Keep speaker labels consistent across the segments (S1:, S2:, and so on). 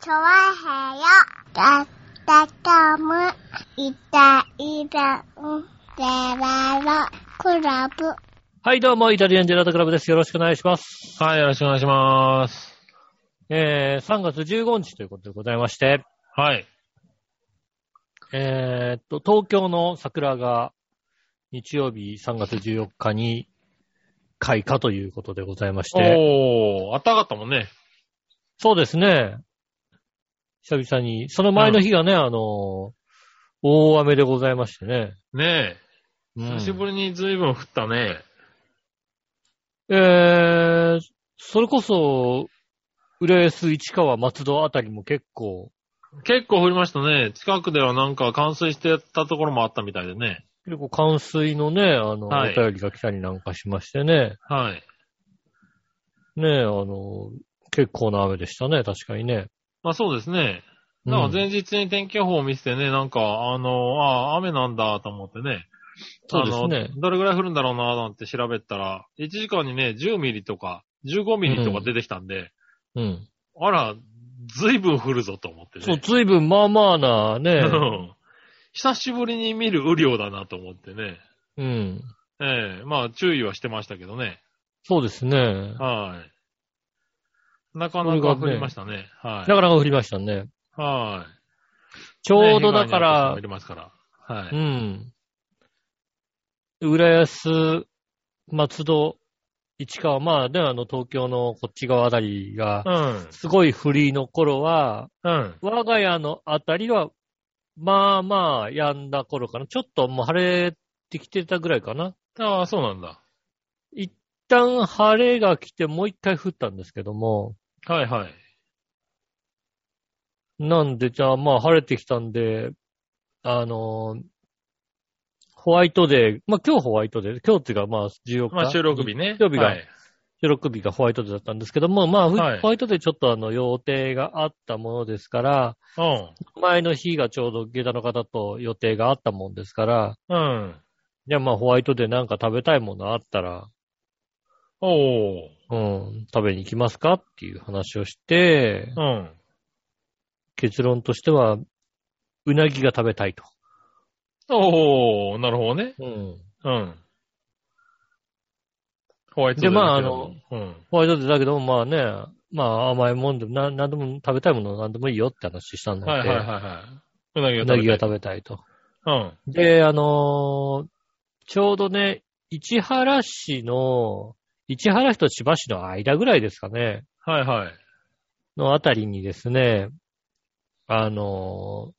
S1: チョワヘヨだったかむいたいたんでららクラブ
S2: はい、どうも、イタリアンジェラートクラブです。よろしくお願いします。
S3: はい、よろしくお願いします。
S2: えー、3月15日ということでございまして、
S3: はい。
S2: えーっと、東京の桜が日曜日3月14日に開花ということでございまして、
S3: おー、あったかったもんね。
S2: そうですね。久々に、その前の日がね、あの、大雨でございましてね。
S3: ね
S2: う
S3: え。
S2: ん
S3: 久しぶりに随分降ったね。
S2: えー、それこそ、浦安、市川、松戸あたりも結構、
S3: 結構降りましたね。近くではなんか冠水してたところもあったみたいでね。
S2: 結構冠水のね、あの、
S3: はい
S2: お便りが来たりなんかしましてね。
S3: はい。
S2: ねえ、あの、結構な雨でしたね、確かにね。
S3: まあそうですね。なんか前日に天気予報を見せてね、なんか、あの、ああ、雨なんだと思ってね。
S2: そうですね
S3: あのどれぐらい降るんだろうななんて調べたら、1時間にね、10ミリとか、15ミリとか出てきたんで、
S2: うん。うん。
S3: あら、随分降るぞと思ってね。
S2: そう、ずいぶんまあまあなね、
S3: うん久しぶりに見る雨量だなと思ってね。
S2: うん。
S3: ええまあ注意はしてましたけどね。
S2: そうですね。
S3: はい。なかなか降りましたね。は。
S2: ないかなか降りましたね。
S3: はい。
S2: ちょうどだか
S3: ね
S2: ら
S3: 被害に遭った人もい、ますから。は
S2: う
S3: い。
S2: ん。浦安、松戸、市川、まあね、あの、東京のこっち側あたりが
S3: う、ん。
S2: すごいフリーの頃は、
S3: うん。
S2: 我が家のあたりは、まあまあ、止んだ頃かな。ちょっともう晴れてきてたぐらいかな。
S3: ああ、そうなんだ。
S2: 一旦晴れが来て、もう一回降ったんですけども、
S3: はいはい。
S2: なんで、じゃあまあ晴れてきたんで、あのーホワイトデー、まあ今日ホワイトデー、今日っていうかまあ14日。
S3: まあ収録日ね。
S2: 日曜日が
S3: はい。
S2: 収録日がホワイトデーだったんですけども、まあ、
S3: はい
S2: ホワイトデーちょっとあの予定があったものですから、前の日がちょうど下駄の方と予定があったもんですから、
S3: うん。うん。
S2: じゃあまあホワイトデーなんか食べたいものあったら、
S3: おー。
S2: うん、食べに行きますかっていう話をして、
S3: うん。
S2: 結論としては、うなぎが食べたいと。
S3: おー、なるほどね。
S2: うん。
S3: うん。ホワイトデー
S2: でまあ
S3: だけどうん。
S2: ホワイトデーだけども、まあね、まあ甘いもんでも、ななんでも食べたいものなんでもいいよって話したので、
S3: はいはいはいはい。うなぎ
S2: う
S3: が
S2: な
S3: 食
S2: ぎが
S3: べたい。
S2: 食べたいと。
S3: うん。
S2: で、あのーちょうどね、市原市の、市原市と千葉市の間ぐらいですかね、
S3: はいはい。
S2: のあたりにですね、あのー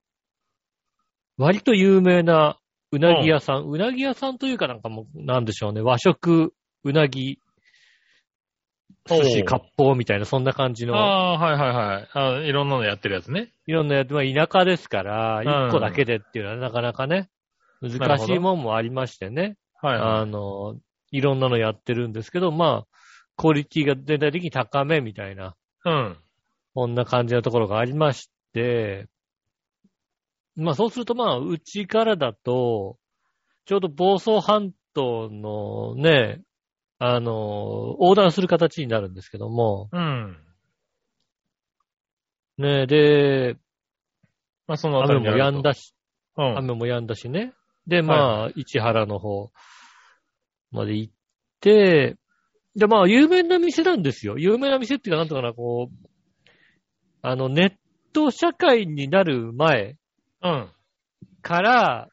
S2: 割と有名なうなぎ屋さん、うなぎ屋さんというかなんかもう、なんでしょうね、和食、うなぎ、寿司、
S3: おう
S2: 割烹みたいな、そんな感じの、
S3: ああ、はいはいはいあ。いろんなのやってるやつね。
S2: いろんなやつ、まあ田舎ですから、
S3: うん
S2: 一個だけでっていうのはなかなかね、難しいもんもありましてね。
S3: はいは
S2: あの、いろんなのやってるんですけど、まあ、クオリティが全体的に高めみたいな、
S3: い。うん。
S2: こんな感じのところがありまして、まあそうするとまあ、うちからだと、ちょうど房総半島のね、あの、横断する形になるんですけども、
S3: うん。
S2: ね、で、
S3: まあ、そのあた
S2: 雨
S3: りに
S2: も
S3: あると
S2: 止んだし、
S3: うん。
S2: 雨も止んだしね。で、まあ、市原の方まで行って、で、まあ、有名な店なんですよ。有名な店っていうか、なんとかな、こう、あの、ネット社会になる前
S3: うん。
S2: から、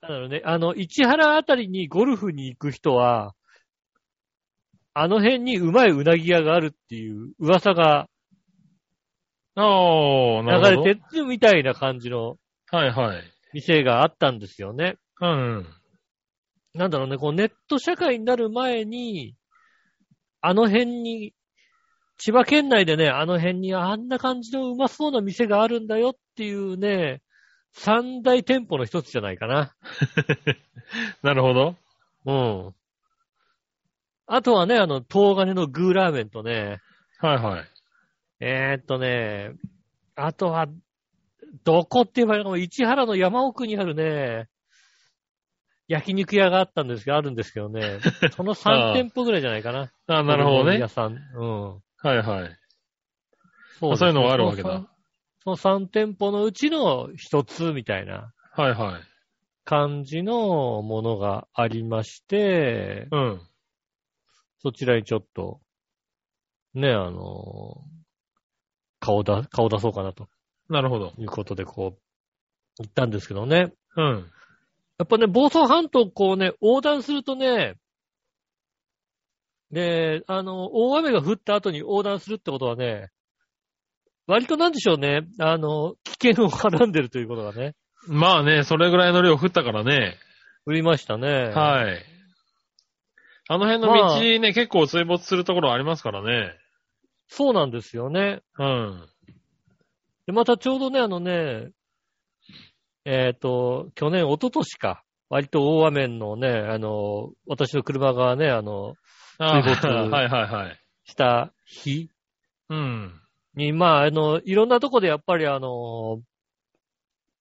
S2: なんだろうね、あの、市原あたりにゴルフに行く人は、あの辺にうまいうなぎ屋があるっていう噂が
S3: おー、
S2: 流
S3: なるほど。
S2: れてるみたいな感じの
S3: はいはい。
S2: 店があったんですよね。
S3: うん。
S2: なんだろうね、こうネット社会になる前に、あの辺に、千葉県内でね、あの辺にあんな感じのうまそうな店があるんだよっていうね、三大店舗の一つじゃないかな。
S3: なるほど。
S2: うん。あとはね、あの、東金のグーラーメンとね、
S3: はいはい。
S2: えー、っとね、あとは、どこって言えばいいのかな市原の山奥にあるね、焼肉屋があったんですが、あるんですけどね、 その3店舗ぐらいじゃないかな。
S3: あーなるほど
S2: お好み屋
S3: ね。
S2: さん。うん。
S3: はいはい。
S2: そ
S3: そういうのがあるわけだ
S2: そうその3店舗のうちの1つみたいな
S3: はいはい。
S2: 感じのものがありまして、
S3: うん。
S2: そちらにちょっと、ね、あの、顔だ、顔出そうかなと
S3: なるほど。
S2: いうことでこう、行ったんですけどね。
S3: うん。
S2: やっぱね、房総半島こうね、横断するとね、で、あの、大雨が降った後に横断するってことはね、割となんでしょうね、あの、危険をはらんでるということがね、
S3: まあね、それぐらいの量降ったからね。
S2: 売りましたね。
S3: はい。あの辺の
S2: まあ
S3: 道ね、結構水没するところありますからね。
S2: そうなんですよね。
S3: うん。
S2: で、またちょうどね、あのね、えっ、と、去年、一昨年か、割と大雨のね、あの、私の車がね、あの、
S3: あー
S2: 水没
S3: はいはいはい。
S2: した日
S3: うん。
S2: に、まあ、あの、いろんなとこでやっぱりあの、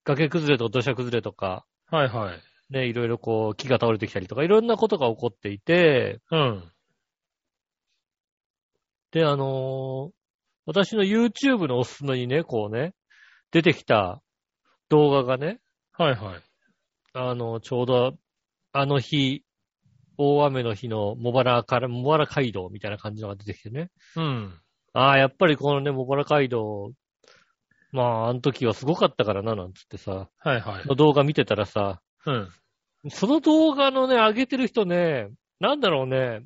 S2: 崖崩れとか土砂崩れとか、
S3: はいはい。
S2: ね、いろいろこう、木が倒れてきたりとか、いろんなことが起こっていて、
S3: うん。
S2: で、あのー私の YouTube のおすすめにね、こうね、出てきた動画がね、
S3: はいはい。
S2: あの、ちょうど、あの日、大雨の日の茂原から、茂原街道みたいな感じのが出てきてね。
S3: うん。
S2: ああ、やっぱりこのね、茂原街道、まあ、あの時はすごかったからな、なんつってさ、
S3: はいはい。
S2: の動画見てたらさ、
S3: うん。
S2: その動画のね、上げてる人ね、なんだろうね、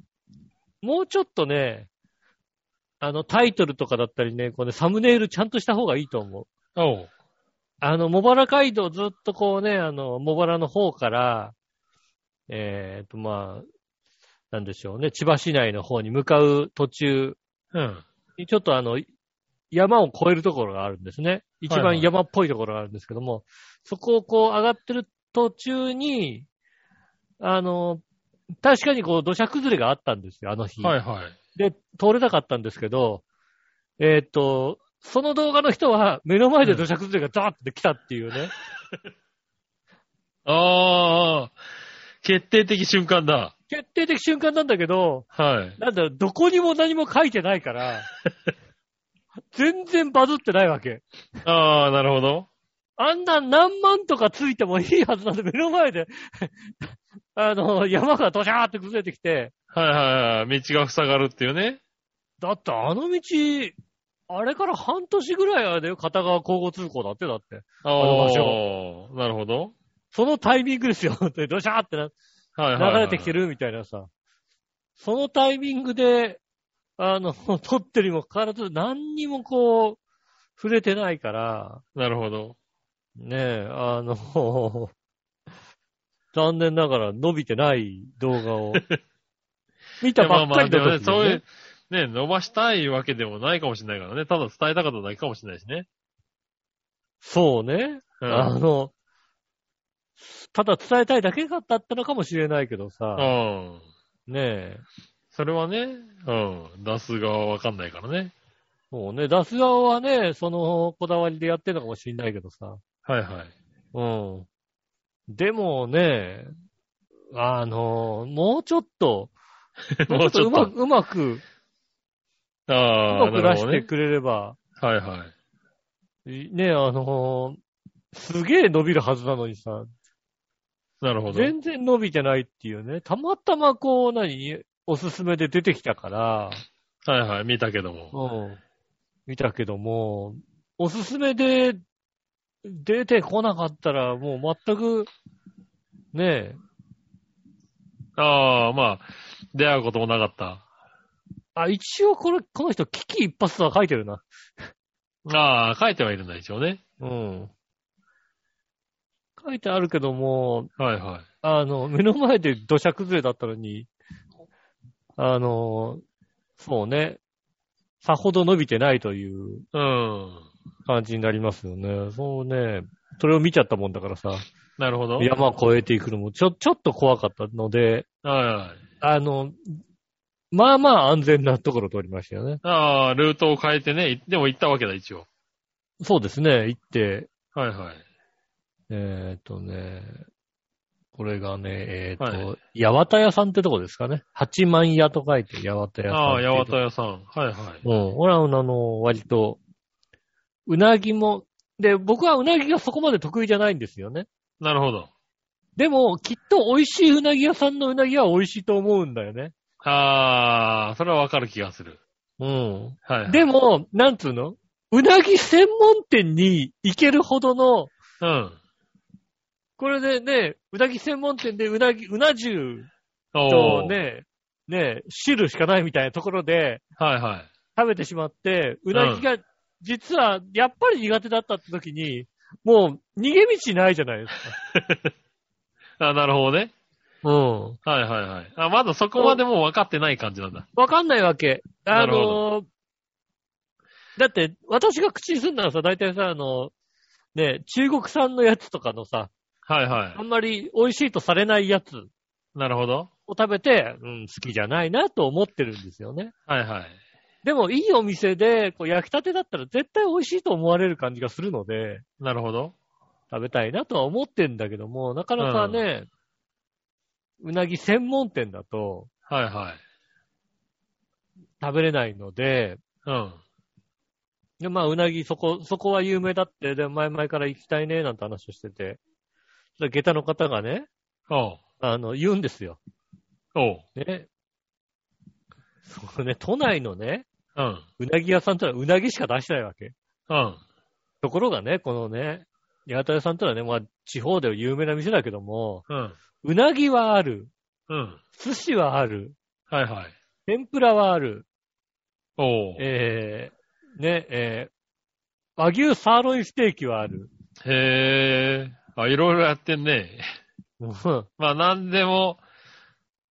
S2: もうちょっとね、あの、タイトルとかだったりね、こうね、サムネイルちゃんとした方がいいと思う。
S3: おう。
S2: あの、茂原街道ずっとこうね、あの、茂原の方から、えー、と、まあ、なんでしょうね、千葉市内の方に向かう途中
S3: うん。
S2: に、ちょっとあの、山を越えるところがあるんですね。一
S3: はいは
S2: 番
S3: い
S2: 山っぽいところがあるんですけども、そこをこう上がってる途中に、あの、確かにこう土砂崩れがあったんですよ、あの日。
S3: はいはい。
S2: で、通れなかったんですけど、えーっと、その動画の人は目の前で土砂崩れがザーって来たっていうね。
S3: ああ、決定的瞬間だ。
S2: 決定的瞬間なんだけど、
S3: はい。
S2: なんだろう、どこにも何も書いてないから、全然バズってないわけ。
S3: ああ、なるほど。
S2: あんな何万とかついてもいいはずなんで、目の前で、 あの、山がドシャーって崩れてきて、
S3: はいはいはい。道が塞がるっていうね。
S2: だってあの道、あれから半年ぐらいはね、片側交互通行だって、だって。
S3: あ
S2: の場
S3: あ、なるほど。
S2: そのタイミングですよ、本 当に。ドシャーってな
S3: はいはいはい、
S2: 流れてきてるみたいなさ。そのタイミングで、あの、 撮ってるにもかかわらず、何にもこう、触れてないから、
S3: なるほど。
S2: ねえ、あの、 残念ながら伸びてない動画 を見た
S3: いやま
S2: ば
S3: あ
S2: っ
S3: ま
S2: か
S3: あ、
S2: り
S3: で
S2: だ
S3: も
S2: ったん
S3: ね、
S2: ですよ
S3: そういう、ね、伸ばしたいわけでもないかもしれないからね。ただ伝えたかっただけかもしれないしね。
S2: そうね。
S3: うん。
S2: あの、ただ伝えたいだけだったのかもしれないけどさ、
S3: うん。
S2: ねえ、
S3: それはね、うん。出す側はわかんないからね。
S2: もうね、出す側はね、そのこだわりでやってるのかもしれないけどさ、
S3: はいはい。
S2: うん。でもね、あの、もうちょっ と、
S3: もうちょっ
S2: もう
S3: と。
S2: うまく、うま
S3: ああ、
S2: く、うまく出
S3: なるほ
S2: し
S3: ど
S2: て
S3: ね。
S2: くれれば、
S3: はいはい。
S2: いね、あのーすげえ伸びるはずなのにさ、
S3: なるほど。
S2: 全然伸びてないっていうね、たまたまこう、何、おすすめで出てきたから、
S3: はいはい。見たけど
S2: う
S3: も。
S2: ん、見たけども、おすすめで出てこなかったら、もう全く、ねえ、
S3: ああ、まあ、出会うこともなかった。
S2: あ、一応これ、この人、危機一発とは書いてるな。
S3: ああ、書いてはいるんだ、一応ね。
S2: うん。書いてあるけども、
S3: はいはい。
S2: あの、目の前で土砂崩れだったのに、あの、そうね、さほど伸びてないという
S3: うん。
S2: 感じになりますよね。そうね、それを見ちゃったもんだからさ、
S3: なるほど。
S2: 山を越えていくのもちょ、ちょっと怖かったので、
S3: はいはい。
S2: あの、まあまあ安全なところを通りましたよね。
S3: ああ、ルートを変えてね、いでも行ったわけだ、一応。
S2: そうですね、行って、
S3: はいはい。
S2: えーっとね、これがね、えーっと、
S3: は
S2: 八幡屋さんってとこですかね。八幡屋と書いて八幡屋さん。
S3: ああ、八幡屋さん。はいはい。
S2: うん。俺は、あの、割と、うなぎも、で、僕はうなぎがそこまで得意じゃないんですよね。
S3: なるほど。
S2: でも、きっと美味しいうなぎ屋さんのうなぎは美味しいと思うんだよね。
S3: あー、それはわかる気がする。
S2: うん。
S3: はいはい。
S2: でも、なんつうのうなぎ専門店に行けるほどの、
S3: うん。
S2: これでね、うなぎ専門店でうなぎ、うな重
S3: お
S2: と
S3: ー。
S2: ね、ね、汁しかないみたいなところで
S3: はいはい。
S2: 食べてしまって、うなぎが、実はやっぱり苦手だったって時に、もう逃げ道ないじゃないですか。
S3: あ、なるほどね。
S2: うん。
S3: はいはいはい。あ、まだそこまでもう分かってない感じなんだ。
S2: わかんないわけ。あ
S3: なるほ
S2: のー、だって、私が口にするならさ、大体さ、あの、ね、中国産のやつとかのさ、
S3: はいは
S2: あんまり美味しいとされないやつ
S3: い。なるほど。
S2: を食べて、うん、好きじゃないなと思ってるんですよね。
S3: はいはい。
S2: でも、いいお店で、こう、焼きたてだったら絶対美味しいと思われる感じがするので、
S3: なるほど。
S2: 食べたいなとは思ってんだけども、なかなかね、うなぎ専門店だと
S3: はいはい。
S2: 食べれないので、
S3: うん。
S2: で、まあ、うなぎ、そこ、そこは有名だって、で、前々から行きたいね、なんて話をしてて、そしたら下駄の方がね、
S3: おう。
S2: あの、言うんですよ。
S3: おう。
S2: ね。そうね、都内のね、
S3: うん。
S2: うなぎ屋さんってのはうなぎしか出してないわけ。
S3: うん。
S2: ところがね、このね、八幡屋さんってのはね、まあ、地方では有名な店だけども、
S3: うん。
S2: うなぎはある、
S3: うん。
S2: 寿司はある、
S3: はいはい。
S2: 天ぷらはある、
S3: おう。
S2: えー、ね、えー、和牛サーロインステーキはある。
S3: へー。あ、いろいろやってんね。
S2: うん
S3: まあ、なんでも、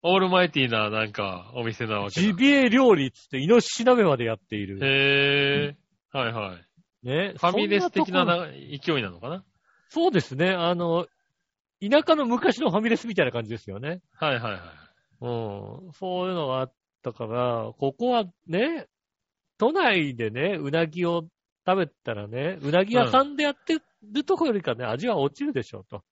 S3: オールマイティーな、なんか、お店なわけ だ。
S2: ジビエ料理っつって、イノシシ鍋までやっている。
S3: へー。はいはい。
S2: ね。
S3: ファミレス的
S2: そ
S3: な
S2: んとこ
S3: な勢いなのかな
S2: そうですね。あの、田舎の昔のファミレスみたいな感じですよね。
S3: はいはいはい。
S2: うん。そういうのがあったから、ここはね、都内でね、うなぎを食べたらね、うなぎ屋さんでやってるとこよりかね、味は落ちるでしょうと。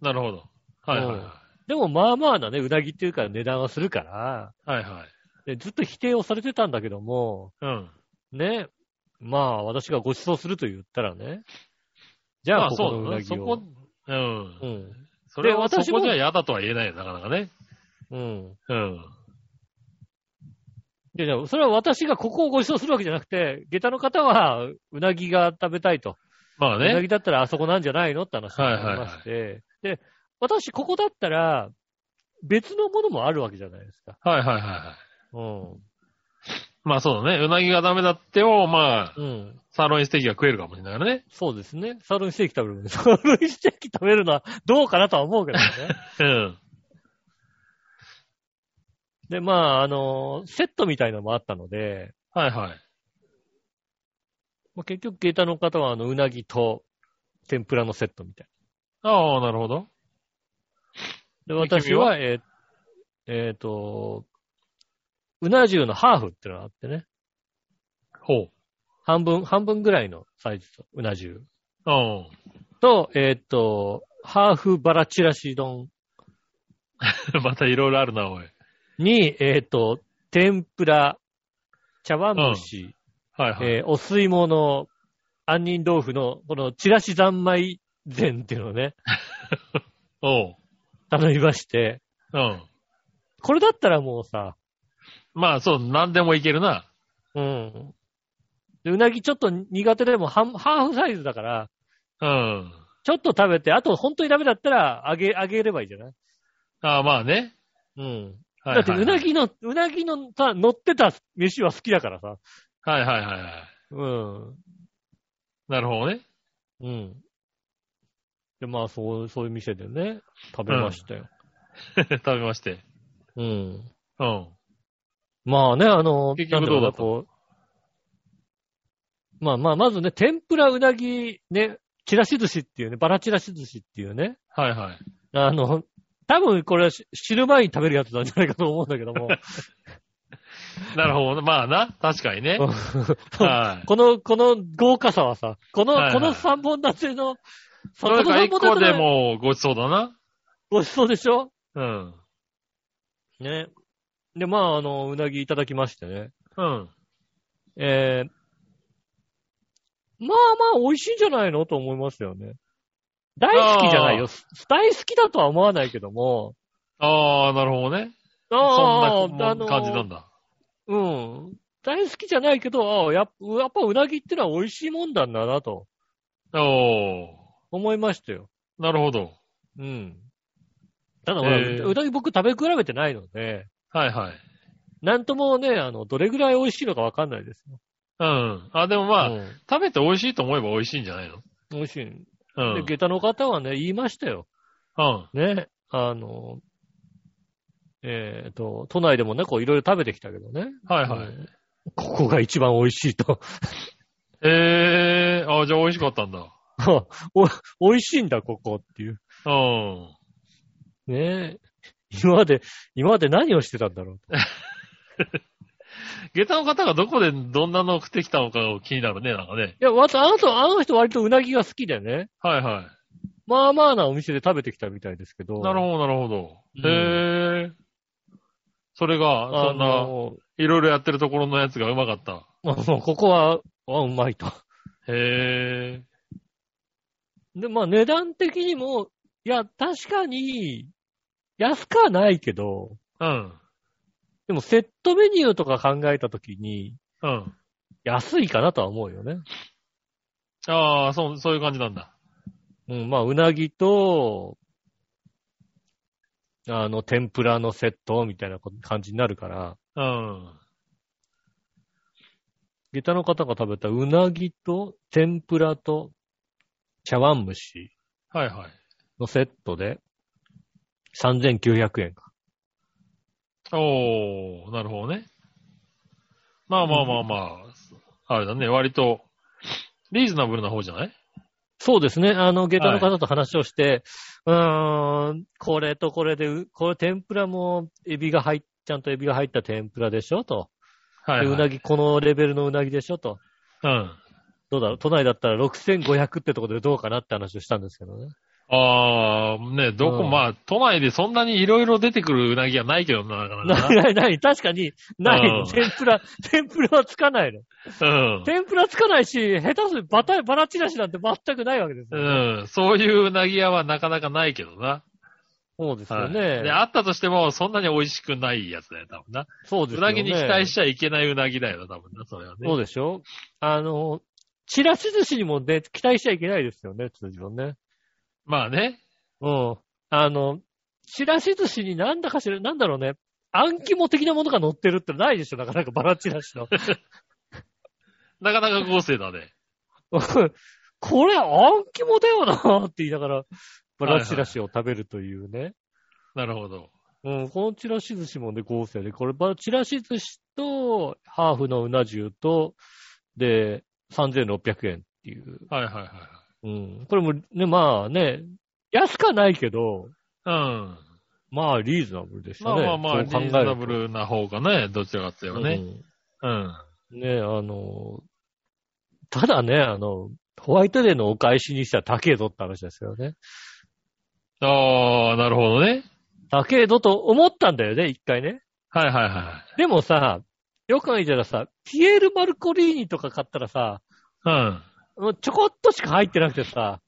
S3: なるほど。はいはいは
S2: でもまあまあなね、うなぎっていうから値段はするから、
S3: い。はいはい。
S2: でずっと否定をされてたんだけども、
S3: うん。
S2: ね、まあ私がご馳走すると言ったらね、じ
S3: ま
S2: ゃ
S3: あ
S2: あこ
S3: そ
S2: こ
S3: う
S2: のう
S3: だ
S2: な
S3: ね。
S2: ぎ
S3: そ
S2: を。
S3: こ、うん。
S2: うん。
S3: それは
S2: で
S3: そ
S2: 私も
S3: こじゃ嫌だとは言えないよ、なかなかね。
S2: うん。
S3: うん。
S2: いやいや、それは私がここをご馳走するわけじゃなくて、下駄の方はうなぎが食べたいと。
S3: まあ
S2: うな
S3: ね。
S2: ぎだったらあそこなんじゃないのって話になりまして、で、私ここだったら、別のものもあるわけじゃないですか。
S3: はいはいはいは
S2: うん。
S3: い。まあそうだね。うなぎがダメだっても、まあ、
S2: うん。
S3: サーロインステーキが食えるかもしれないからね。
S2: そうですね。サーロインステーキ食べるの ね。サーロインステーキ食べるのはどうかなとは思うけどね。
S3: うん。
S2: で、まあ、あの、セットみたいなのもあったので、
S3: はいはい。
S2: まあ、結局下駄の方はあの、うなぎと天ぷらのセットみたいな。
S3: ああ、なるほど。
S2: で、
S3: で
S2: 私は、えっ、えーと、うな重のハーフってのがあってね。
S3: ほう。
S2: 半分、半分ぐらいのサイズと、うな重。
S3: うん。
S2: と、えっ、と、ハーフバラチラシ丼
S3: またいろいろあるな、おい。
S2: に、えっ、と、天ぷら、茶碗蒸し、
S3: はいはい。
S2: えーお吸い物、杏仁豆腐の、このチラシ三昧膳っていうのをね、
S3: おう。
S2: 頼みまして、
S3: うん。
S2: これだったらもうさ、
S3: まあそう、なんでもいけるな。
S2: うん。でうなぎちょっと苦手でも、ハンハーフサイズだから、
S3: うん。
S2: ちょっと食べて、あと本当にダメだったら、あげ、あげればいいじゃない
S3: ああ、まあね。
S2: うん。だ
S3: はいは
S2: っ
S3: い
S2: て、うな。ぎの、うなぎのさ、乗ってた飯は好きだからさ。
S3: はいはいはいはい。
S2: うん。
S3: なるほどね。
S2: うん。で、まあ、そう、そういう店でね、食べましたよ。
S3: 食べまして。
S2: うん。
S3: うん。
S2: まあね、あの、
S3: 結局どうだった
S2: なんろうなこうまあまあ、まずね、天ぷらうなぎ、ね、ちらし寿司っていうね、バラちらし寿司っていうね、
S3: はいはい。
S2: あの、多分これはし知る前に食べるやつなんじゃないかと思うんだけど も。
S3: なるほど。まあな。確か にね。はい。
S2: この、この豪華さはさ、この、
S3: はいはい
S2: この三本立ての、
S3: それ
S2: この
S3: が
S2: 三
S3: 一個
S2: 本立
S3: で
S2: ての
S3: もうごちそうだな。
S2: ごちそうでしょ
S3: うん。
S2: ね。で、まあ、あの、うなぎいただきましてね。
S3: うん。
S2: えー、まあまあ美味しいんじゃないのと思いますよね。大好きじゃないよ。大好きだとは思わないけども。
S3: ああ、なるほどね。そ
S2: あ
S3: ん
S2: あ、
S3: な
S2: あ
S3: も
S2: の
S3: う感じなんだ。
S2: うん。大好きじゃないけど、ああやっぱやっぱうなぎってのは美味しいもんだんだなと
S3: お
S2: 思いましたよ。
S3: ー、なるほど。
S2: うん。ただ、まあ
S3: へえ
S2: うなぎ僕食べ比べてないので、
S3: はいはい。
S2: なんともね、あの、どれぐらい美味しいのかわかんないですよ。
S3: うん。あ、でもまあ、
S2: うん
S3: 食べて美味しいと思えば美味しいんじゃないの
S2: 美味しい。で
S3: うん。うん。
S2: 下駄の方はね、言いましたよ。ね。あの、えっ、と、都内でもね、こういろいろ食べてきたけどね。
S3: はいはい。
S2: うんここが一番美味しいと。
S3: ええー、あ、じゃあ美味しかったんだ。
S2: お美味しいんだ、ここっていう。
S3: うん。
S2: ねえ。今まで、今まで何をしてたんだろうと。
S3: 下駄の方がどこでどんなのを食ってきたのかが気になるね、なんかね。
S2: いや、わたあの人、あの人割とうなぎが好きでね。
S3: はいは
S2: まあまあなお店で食べてきたみたいですけど。
S3: い。なるほど、なるほど。
S2: うん
S3: へえ。それが、そ
S2: あ
S3: んな、
S2: の、
S3: いろいろやってるところのやつがうまかった。
S2: もうここは、あうまいと。
S3: へえ。
S2: で、まあ値段的にも、いや、確かに、安くはないけど、
S3: うん。
S2: でもセットメニューとか考えたときに、
S3: うん。
S2: 安いかなとは思うよね。
S3: ああ、そう、そういう感じなんだ。
S2: うん、まあ、うなぎと、あの、天ぷらのセットみたいなこ感じになるから、
S3: うん。
S2: 下駄の方が食べたうなぎと天ぷらと茶碗蒸し
S3: はいはい。
S2: のセットで、3900円か。
S3: おー、なるほどね。まあまあまあまあ、あれだね、割と、リーズナブルな方じゃない
S2: そうですね。あの、下駄の方と話をして、うーん、これとこれで、うこれ天ぷらも、エビが入っ、ちゃんとエビが入った天ぷらでしょと。
S3: は
S2: で
S3: い、は
S2: う
S3: い。
S2: なぎ、このレベルのうなぎでしょと。
S3: うん。
S2: どうだろう都内だったら6500ってとこでどうかなって話をしたんですけどね。
S3: あー、ね、どこ、
S2: うん
S3: まあ、都内でそんなにいろいろ出てくるうなぎはないけどな、なかな
S2: な
S3: か
S2: いないない、確かに、ないの。
S3: うん
S2: 天ぷら、天ぷらはつかないの。
S3: な。
S2: 天ぷらつかないし、下手するバタ、バラチラシなんて全くないわけです
S3: う
S2: よ。
S3: ん。うん。そういううなぎ屋はなかなかないけどな。
S2: そうですよ
S3: はい。
S2: ね。
S3: で、あったとしても、そんなに美味しくないやつだよ、多分な。
S2: そうです
S3: う
S2: よね。
S3: なぎに期待しちゃいけないうなぎだよな、多分な、それはね。
S2: そうでしょあの、チラシ寿司にもね、期待しちゃいけないですよね、通常ね。
S3: まあね。
S2: うん。あの、チラシ寿司になんだかしら、なんだろうね、あん肝的なものが乗ってるってないでしょ、なかなかバラチラシの。
S3: なかなか豪勢だね。
S2: うん これ、あん肝だよなって言いながら、バラチラシを食べるというね。
S3: なるほど。
S2: うん、このチラシ寿司もね、合成で、これ、バラチラシ寿司と、ハーフのうな重と、で、3600円っていう。
S3: はいはいはい
S2: うん、これもね、まあね、安かないけど、
S3: はい。うん。
S2: まあ、リーズナブルでした
S3: まあ
S2: ね。
S3: まあまあ、リ
S2: そう考える
S3: ーズ
S2: と
S3: ナブルな方がね、どちらかって言えばね。うん。
S2: うんね、あの、ただね、あの、ホワイトデーのお返しにしたら高えぞって話ですよね。
S3: ああ、なるほどね。
S2: 高えぞと思ったんだよね、一回ね。
S3: はいはいは
S2: でもさ、よく見たらさ、ピエール・マルコリーニとか買ったらさ、
S3: い。うん。
S2: もうちょこっとしか入ってなくてさ、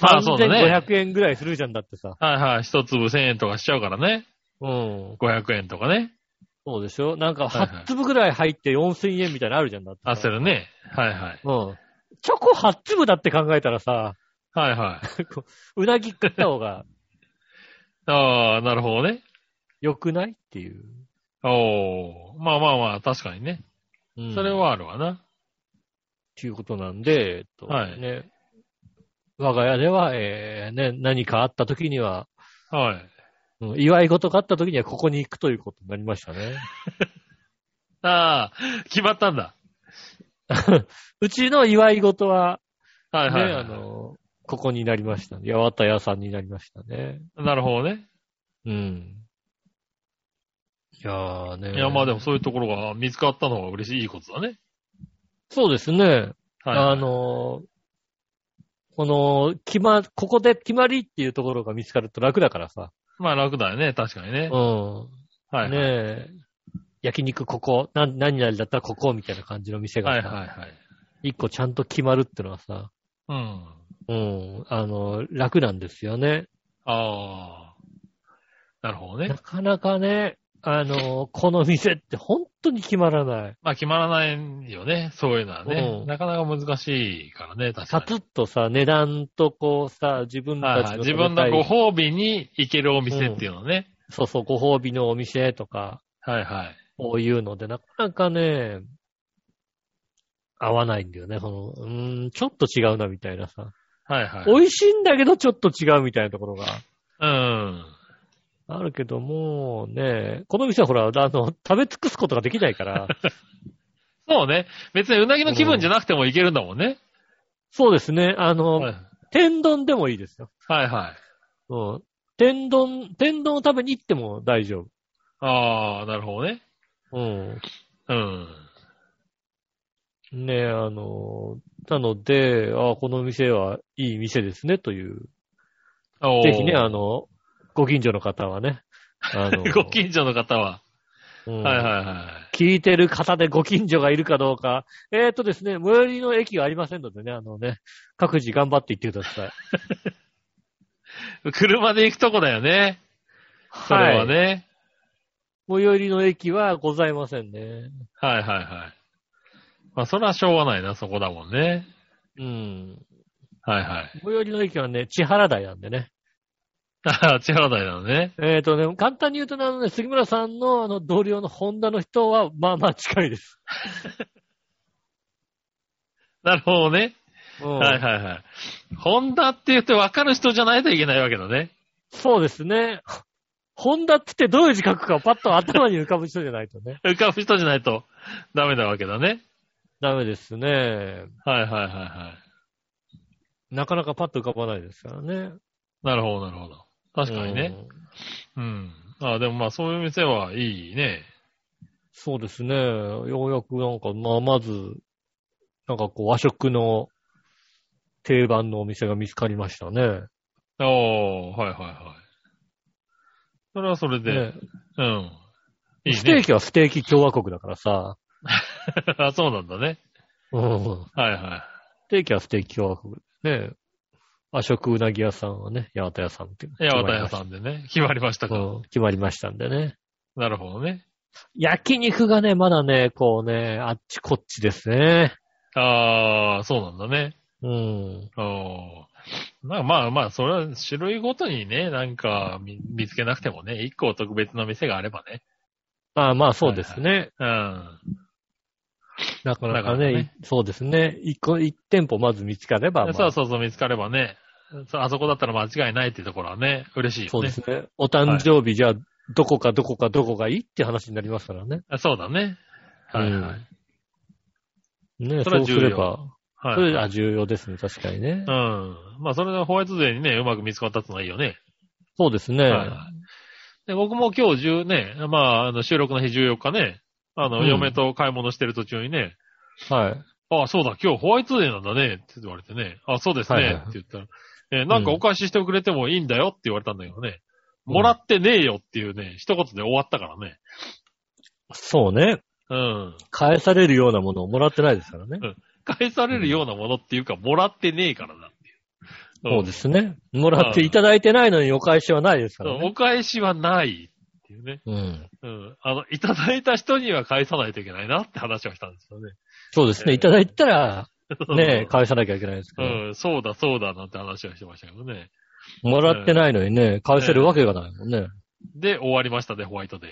S3: あそうだね
S2: 3500円ぐらいするじゃんだってさ。
S3: はいはい。一粒1000円とかしちゃうからね。
S2: うん。
S3: 500円とかね。
S2: そうでしょなんか
S3: はいはい
S2: 8粒ぐらい入って4000円みたいなのあるじゃんだってさ。
S3: 焦るね。はいはい。
S2: うん。チョコ8粒だって考えたらさ、
S3: はいはい。
S2: うなぎ食った方が
S3: ああ、なるほどね。
S2: 良くないっていう。
S3: おー。まあまあまあ、確かにね。
S2: うん
S3: それ。はあるわな。
S2: っていうことなんで、えっと、
S3: はい
S2: ね。我が家では、えー、ね、何かあった時には、
S3: はい。
S2: うん祝い事があった時にはここに行くということになりましたね。
S3: ああ、決まったんだ。
S2: うちの祝い事は、
S3: はい
S2: ね、
S3: はい、
S2: あの、ここになりましたね。八幡屋さんになりましたね。
S3: なるほどね。
S2: うん。いやーね。
S3: いや、まあでもそういうところが見つかったのは嬉しい、いいことだね。
S2: そうですね。
S3: はい。
S2: あ、の、この、決ま、ここで決まりっていうところが見つかると楽だからさ。
S3: まあ楽だよね、確かにね。
S2: うん。
S3: はい、はい。
S2: ねえ。焼肉ここ、な、何々だったらここみたいな感じの店が
S3: はい
S2: さ
S3: はいはい。
S2: 一個ちゃんと決まるってのはさ、
S3: うん。
S2: うん、あの、楽なんですよね。
S3: ああ。なるほどね
S2: な。かなかね、あの、この店って本当に決まらない。
S3: まあ決まらないよね。そういうのはね
S2: う。ん
S3: なかなか難しいからね、確
S2: サ
S3: か
S2: ク
S3: に。
S2: ッとさ、値段とこうさ、自分
S3: はい
S2: たち
S3: はい
S2: の
S3: 自分の
S2: 食べ
S3: ご
S2: たい
S3: 褒美に行けるお店っていうのね。
S2: そうそう、ご褒美のお店とか、
S3: はいはい。
S2: こういうので、なかなかね、合わないんだよね。その、うーん、ちょっと違うなみたいなさ。
S3: はいはい。
S2: 美味しいんだけどちょっと違うみたいなところが
S3: うん。
S2: あるけども、ね、この店はほら、あの、食べ尽くすことができない から、
S3: そうね。別にうなぎの気分じゃなくても行けるんだもんね。
S2: そうですね、あの、
S3: はい
S2: 天丼でもいいですよ。
S3: はいはい。
S2: うん。天丼、天丼を食べに行っても大丈
S3: ああ、なるほどね。
S2: 夫。うん。
S3: うん。
S2: ねえ、あの、なので、あこの店はいい店ですね、という。
S3: おー
S2: ぜひね、あの、ご近所の方はね、あ の、
S3: ご近所の方は。
S2: うん
S3: はいはいはい。
S2: 聞いてる方でご近所がいるかどうか、えー、とですね、最寄りの駅がありませんのでね、あのね、各自頑張って行ってくだ さい。
S3: 車で行くとこだよね。それは。ね。
S2: 最寄りの駅はございませんね。
S3: はい、はい、はいはいまあ、それはしょうがないな、そこだもんね。
S2: うん。
S3: はいはい。
S2: 最寄りの駅はね、千原台なんでね。
S3: ああ、千原台なのね。
S2: えっ、とね、簡単に言うとね、あのね、杉村さんのあの同僚のホンダの人は、まあまあ近いです。
S3: なるほどね。
S2: うん
S3: はいはいはい。ホンダって言って分かる人じゃないといけないわけだね。
S2: そうですね。ホンダってってどういう字書くかをパッと頭に浮かぶ人じゃないとね。
S3: 浮かぶ人じゃないとダメなわけだね。
S2: ダメですね。
S3: はいはいはいはい。
S2: なかなかパッと浮かばないですからね。
S3: なるほどなるほど。確かにね。
S2: うん
S3: うん。ああ、でもまあそういう店はいいね。
S2: そうですね。ようやくなんか、まあ、まず、なんかこう和食の定番のお店が見つかりましたね。
S3: おー、はいはいはい。それはそれで、
S2: ね
S3: うん。いい
S2: ステー
S3: ね。
S2: キはステーキ共和国だからさ、
S3: あ、そうなんだね。
S2: うん、
S3: はいはい。
S2: ステーキはステーキ共和国。ね和食うなぎ屋さんはね、八幡屋さんっていう。
S3: 八幡屋さ
S2: ん。
S3: んでね、決まりましたか。
S2: うん、決まりましたんでね。
S3: なるほどね。
S2: 焼肉がね、まだね、こうね、あっちこっちですね。
S3: ああ、そうなんだね。
S2: うん。
S3: おーまあまあまあ、それは種類ごとにね、なんか見見つけなくてもね、一個特別な店があればね。
S2: まあまあそうですね。
S3: うん。
S2: なかなか
S3: なかなか
S2: ね、
S3: ね
S2: いそうですね。一個、一店舗まず見つかれば、まあ
S3: そうそうそう、見つかればね。そうあそこだったら間違いないっていうところはね、嬉しいよね。
S2: そうですね。お誕生日、じゃあ、どこかどこかどこがいいって話になりますからね。
S3: あそうだね。はいはい。
S2: ね
S3: そ
S2: そ
S3: れは
S2: うす
S3: 重要
S2: れば、そ
S3: はい
S2: れあ重要ですね、確かにね。
S3: うん。まあ、それでホワイトデーにね、うまく見つかったってのはいいよね。
S2: そうですね。
S3: はいはい。で、僕も今日10ね、まあ、あの収録の日14日ね、あの、
S2: うん
S3: 嫁と買い物してる途中にね、
S2: はい。
S3: ああ、そうだ、今日ホワイトデーなんだね、って言われてね、ああ、そうですね、
S2: はいはい
S3: って言ったら、えーなんかお返ししてくれてもいいんだよって言われたんだけどね、もらってねえよっていうね、一言で終わったからね。
S2: そうね。
S3: うん。
S2: 返されるようなものをもらってないですからね。
S3: 返されるようなものっていうか、もらってねえからだっていう。。
S2: そうですすね。もらっていただいてないのにお返しはないですから
S3: そう
S2: ね。
S3: お返しはないっていうね。
S2: うん。
S3: うん。あの、いただいた人には返さないといけないなって話をしたんですよね。
S2: そうです
S3: ええ
S2: ね。いただいたら、ね、
S3: か
S2: 返さなきゃいけないですけ
S3: う
S2: ど、
S3: ん、そうだそうだなんて話はしてましたけどね。
S2: もらってないのにね、返せるわけがないもんね。
S3: で、終わりましたね、ホワイトデー。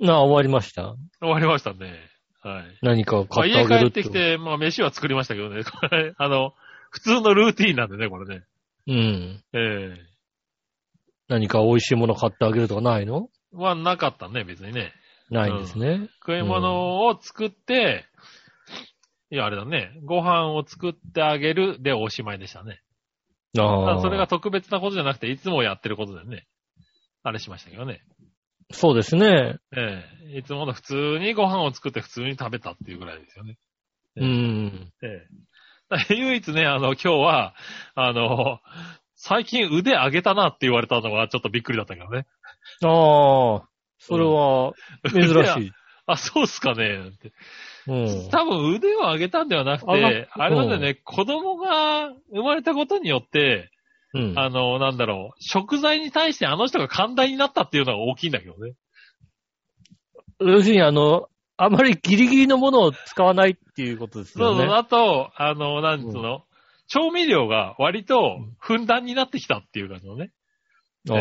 S2: なあ、終わりました。
S3: 終わりましたね。はい。
S2: 何かを
S3: まあ、
S2: 買ってあ
S3: 家
S2: げ
S3: 帰
S2: る
S3: っ
S2: って
S3: て
S2: こ
S3: き
S2: と。
S3: て、まあ、飯は作りましたけどね。これ、あの、普通のルーティンなんでね、これね。
S2: うん。
S3: え
S2: 何か美味しいもの買ってあげるとかないの
S3: えはなかったね、別にね。
S2: ないんですね。
S3: 食い物を作って、いや、あれだね。ご飯を作ってあげるでおしまいでしたね。た
S2: あ
S3: だ
S2: あ。
S3: それが特別なことじゃなくて、いつもやってることでね。あれしましたけどね。
S2: そうですね。
S3: ええいつもの普通にご飯を作って普通に食べたっていうぐらいですよね。
S2: うん。
S3: ええ 唯一ね、あの、今日は、あの、最近腕上げたなって言われたのはちょっとびっくりだったけどね。
S2: ああ。それは、珍しい。
S3: あ、そうっすかね。って
S2: うん。
S3: 多分腕を上げたんではなく
S2: 上がっ
S3: て、あれなんだよね、子供が生まれたことによって、
S2: うん。
S3: あの、なんだろう、食材に対してあの人が寛大になったっていうのが大きいんだけどね。
S2: 要するに、あの、あまりギリギリのものを使わないっていうことです
S3: そう
S2: よ
S3: そう、
S2: ね。
S3: あと、あの、なんつうの、調味料が割とふんだんになってきたっていう感じのね。
S2: あ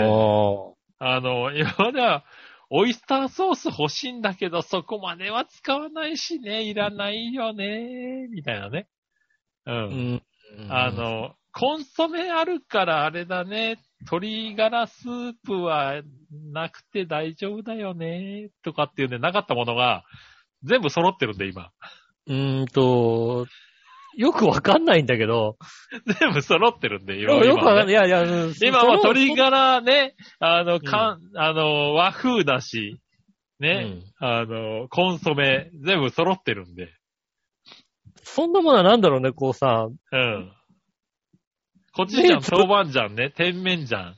S2: あ。
S3: あの、今までは、オイスターソース欲しいんだけど、そこまでは使わないしね、いらないよね、みたいなね。うん
S2: うん。
S3: あ、の、コンソメあるからあれだね、鶏ガラスープはなくて大丈夫だよね、とかっていうね、なかったものが、全部揃ってるんで、 今。
S2: うーんと、よくわかんないんだけど、
S3: 全部揃ってるんで、今。
S2: よくわかんない。い
S3: い。
S2: やいや、うん
S3: 今は鶏ガラね、あの、
S2: ん
S3: かん、あの、和風だし、ね、あの、コンソメ、全部揃ってるんで。
S2: そんなものはなんだろうね、こうさ、
S3: うん。コチュジャン、
S2: ね
S3: 豆板醤ね、甜麺醤、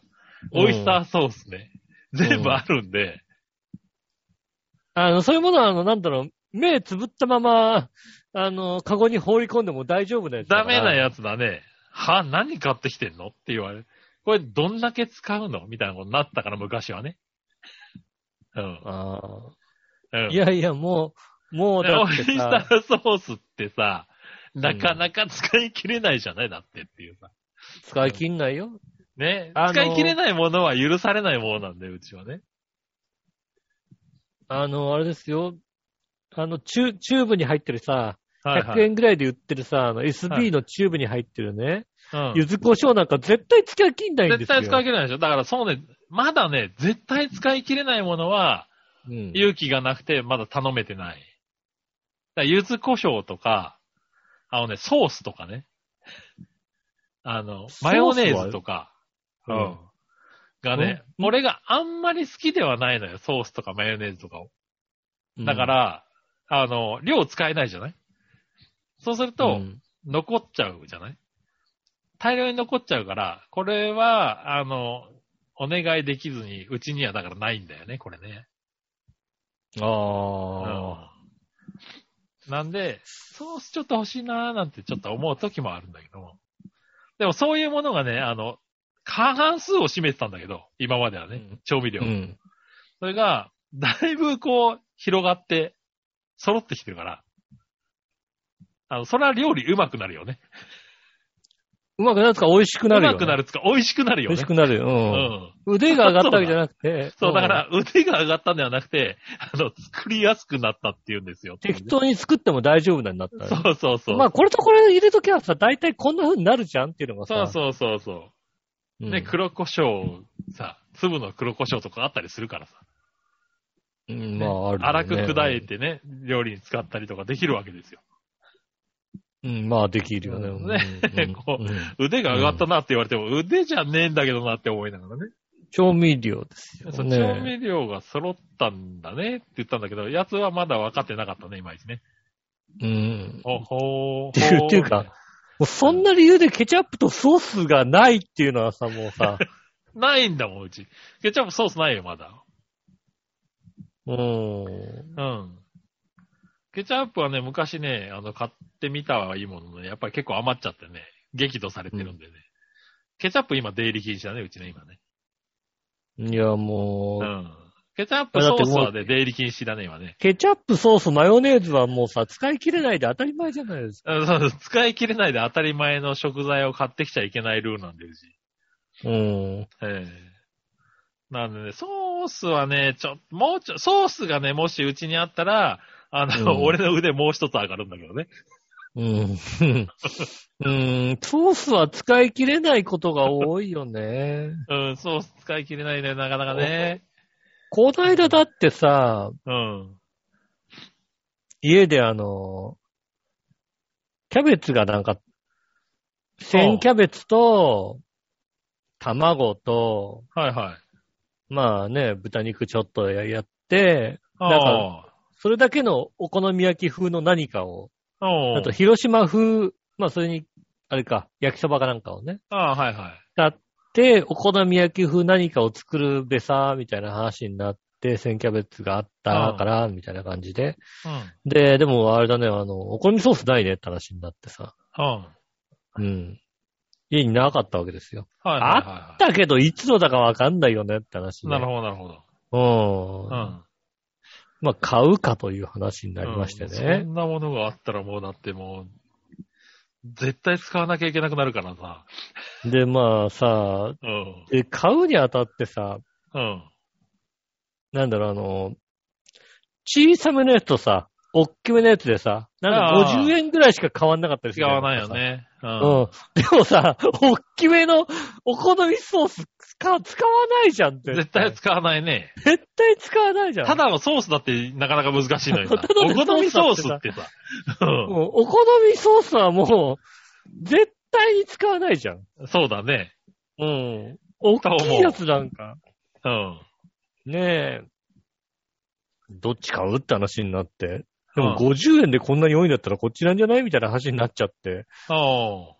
S3: オイスターソースね、全部あるんで、
S2: あの、そういうものは、あの、なんだろう、目つぶったまま、あの、カゴに放り込んでも大丈夫なやつだか
S3: ダ
S2: ら
S3: メなやつだね。は、何買ってきてんのって言われる。これどんだけ使うのみたいなことになったから、昔はね。うん。
S2: あ
S3: うん、
S2: ーいやいや、もう、もう
S3: で
S2: だ
S3: オ
S2: っ
S3: イ
S2: て
S3: ス
S2: さ、
S3: ターソースってさ、なかなか使い切れないじゃないだってっていうさ。
S2: 使い切んないよ。
S3: ね。
S2: あのー
S3: 使い切れないものは許されないものなんで、うちはね。
S2: あの、あれですよ。あの、チュチューブに入ってるさ、
S3: はい、はい。
S2: 100円ぐらいで売ってるさ、あの、
S3: はい
S2: SB のチューブに入ってるね、
S3: うん
S2: 柚子胡椒なんか絶対使い切んないんで
S3: 絶
S2: すよ。
S3: 対使い切れないでしょだからそうね、まだね、絶対使い切れないものは、
S2: うん
S3: 勇気がなくて、まだ頼めてない。だから柚子胡椒とか、あのね、ソースとかね。あ
S2: ソ
S3: の、
S2: ースは
S3: マヨネーズとか。
S2: う
S3: うんん。がね、俺があんまり好きではないのよ、ソースとかマヨネーズとかを。だか、ら、あの、量使えないじゃないそうする
S2: うん
S3: と、残っちゃうじゃない大量に残っちゃうから、これは、あの、お願いできずに、うちにはだからないんだよね、これね。
S2: ああ、
S3: なんで、ソースちょっと欲しいなーなんてちょっと思う時もあるんだけども。でもそういうものがね、あの、過半数を占めてたんだけど、今まではね
S2: うん、
S3: 調味料。
S2: うん。
S3: それが、だいぶこう、広がって、揃ってきてるから。あの、それは料理上手くなるよね。
S2: うまくなるんですか美味しくなるよ、
S3: 上手くな
S2: る。
S3: るっつうか、美味しくなるよ
S2: 美味
S3: ね。
S2: しくなるよ。
S3: う
S2: うん
S3: ん。
S2: 腕が上がったわけじゃなくて。
S3: そう、だから腕が上がったんではなくて、あの、作りやすくなったっていうんですよ。
S2: うん。適当に作っても大丈夫なんだったら。
S3: そうそうそう。
S2: まあ、これとこれ入れときはさ、大体こんな風になるじゃんっていうのがさ。
S3: そうそうそうそう。
S2: うん
S3: ね、黒胡椒をさ、粒の黒胡椒とかあったりするからさ。
S2: うん、
S3: ね
S2: まあ、ある、ね。
S3: 粗く砕い。てね、料理に使ったりとかできるわけですよ。
S2: うん、まあ、できるよね。
S3: うん ね
S2: うん
S3: こう
S2: うん
S3: 腕が上がったなって言われても、腕じゃねえんだけどなって思いながらね。
S2: 調味料ですよ
S3: そう
S2: ね。
S3: 調味料が揃ったんだねって言ったんだけど、やつはまだ分かってなかったね、いまいちね。
S2: うん。
S3: ほほー。
S2: っていうっていうかもうそんな理由でケチャップとソースがないっていうのはさ、もうさ、
S3: ないんだもん、うち。ケチャップソースないよ、まだ。
S2: うん。
S3: うん。ケチャップはね、昔ね、あの、買ってみたはいいもののね、やっぱり結構余っちゃってね、激怒されてるんでね。ケチャップ今出入り禁止だね、うちね、今ね。
S2: いや、も
S3: う
S2: う、
S3: ん。ケチャップソースはね、出入り禁止だね、今ね。
S2: ケチャップ、ソース、マヨネーズはもうさ、使い切れないで当たり前じゃないですか。
S3: うんそうそう使い切れないで当たり前の食材を買ってきちゃいけないルールなんで、うち。
S2: うん。
S3: ええなんでね、ソースはね、ちょ、もうちょ、ソースがね、もしうちにあったら、あの、
S2: うん
S3: 俺の腕もう一つ上がるんだけどね。
S2: うん。うん。ソースは使い切れないことが多いよね。
S3: うん、ソース使い切れないね、なかなかね。
S2: こないだだってさ、
S3: うん。
S2: 家であの、キャベツがなんか、千キャベツと、卵と、
S3: はいはい。
S2: まあね、豚肉ちょっとややって、
S3: あ
S2: だか
S3: あ
S2: それだけのお好み焼き風の何かを、
S3: あ
S2: あと広島風、まあそれに、あれか、焼きそばかなんかをね、
S3: ああ、はいはい。
S2: だって、お好み焼き風何かを作るべさ、みたいな話になって、千キャベツがあったから、みたいな感じで。
S3: うん。
S2: で、でもあれだね、あの、お好みソースないねって話になってさ。
S3: うん。
S2: うん。家になかったわけですよ。
S3: はいはい
S2: あ
S3: は
S2: ったけど、いつのだかわかんないよねって話
S3: い。
S2: で。
S3: なるほど、なるほど。
S2: ほ
S3: う
S2: うん。
S3: ん。
S2: まあ、買うかという話になりまして
S3: うん
S2: ね
S3: そ。んなものがあったらもうだってもう、絶対使わなきゃいけなくなるからさ。
S2: で、まあさ、
S3: うん。
S2: で買うにあたってさ、
S3: うん。
S2: なんだろう、あの、小さめのやつとさ、大きめのやつでさ、なんか
S3: あー
S2: 50円ぐらいしか変わんなかったりす
S3: 違
S2: る。
S3: わないよ。ね。う。
S2: うんん。でもさ、大きめのお好みソース使使わないじゃんって。
S3: 絶対使わないね。
S2: 絶対使わないじゃん。。
S3: ただのソースだってなかなか難しいのよ
S2: ただの
S3: お好みソース
S2: ソースだ
S3: っ
S2: って
S3: さ。う
S2: もうお好みソースはもう、絶対に使わないじゃん。
S3: ん。そうだね。
S2: うん。大きいやつなんか。
S3: うん。
S2: ねえ。どっち買うって話になって。で
S3: うん
S2: も50円でこんなに多いんだったらこっちなんじゃないみたいな話になっちゃって。
S3: お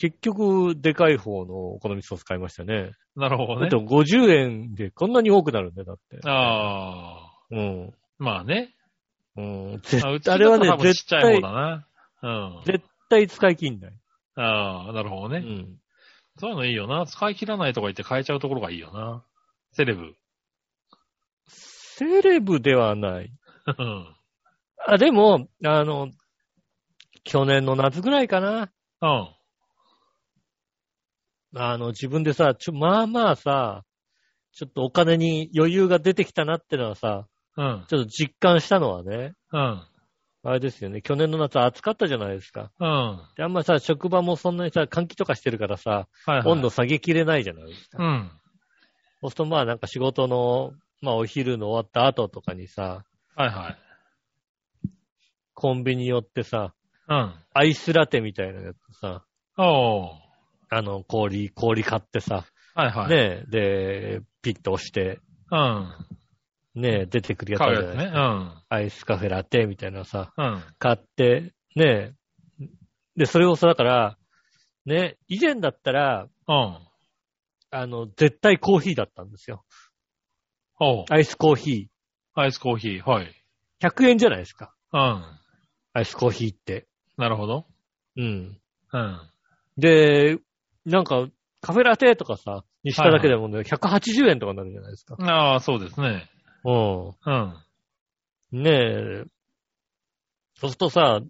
S2: 結局、でかい方のお好みソース買いましたね。
S3: ーなるほど
S2: だっ
S3: ね
S2: て。50円でこんなに多くなるんだよ、だって。
S3: ああ。
S2: うん。
S3: まあね。
S2: うん。絶
S3: あうち
S2: あれはね
S3: だと多、分ちっ
S2: 絶
S3: ちゃい
S2: 対
S3: 方、だな。うん。
S2: 絶対使い切んない。
S3: ああ、なるほど
S2: う
S3: ね。
S2: ん。
S3: そういうのいいよな。使い切らないとか言って変えちゃうところがいいよな。セレブ。
S2: セレブではない。
S3: うん。
S2: あ、でも、あの、去年の夏ぐらいかな。
S3: うん。
S2: あの、自分でさ、ちょ、まあまあさ、ちょっとお金に余裕が出てきたなってのはさ、
S3: うん。
S2: ちょっと実感したのはね、
S3: うん。
S2: あれですよね、去年の夏暑かったじゃないですか。
S3: うん。は
S2: で、あんまさ、職場もそんなにさ、換気とかしてるからさ、
S3: い、はい。
S2: 温度。下げきれないじゃないですか。
S3: うん。
S2: そうするとまあなんか仕事の、まあお昼の終わった後とかにさ、
S3: はいはい。
S2: コンビニ寄ってさ、
S3: うん。
S2: アイスラテみたいなやつさ、
S3: おー。
S2: あの、氷、氷買ってさ、
S3: はいはい。。
S2: ねで、ピッと押して、
S3: うん。
S2: ね出てくるやつあ
S3: 買
S2: る
S3: う
S2: じゃないです
S3: やつね。
S2: か。
S3: うん。
S2: アイスカフェラテみたいなさ、
S3: うん。
S2: 買って、ねで、それをさ、だから、ね、以前だったら、
S3: うん。
S2: あの、絶対コーヒーだったんですよ。
S3: おう。
S2: アイスコーヒ
S3: アイスコーヒー。はい。
S2: ー。100円じゃないですか。
S3: うん。
S2: アイスコーヒーって。
S3: なるほど。
S2: うん。
S3: うん。
S2: で、なんか、カフェラテとかさ、にしただけでもね、180円とかになるじゃないですか。
S3: ああ、そうですね。
S2: う
S3: うん。
S2: ん。ねえ。そうするとさ、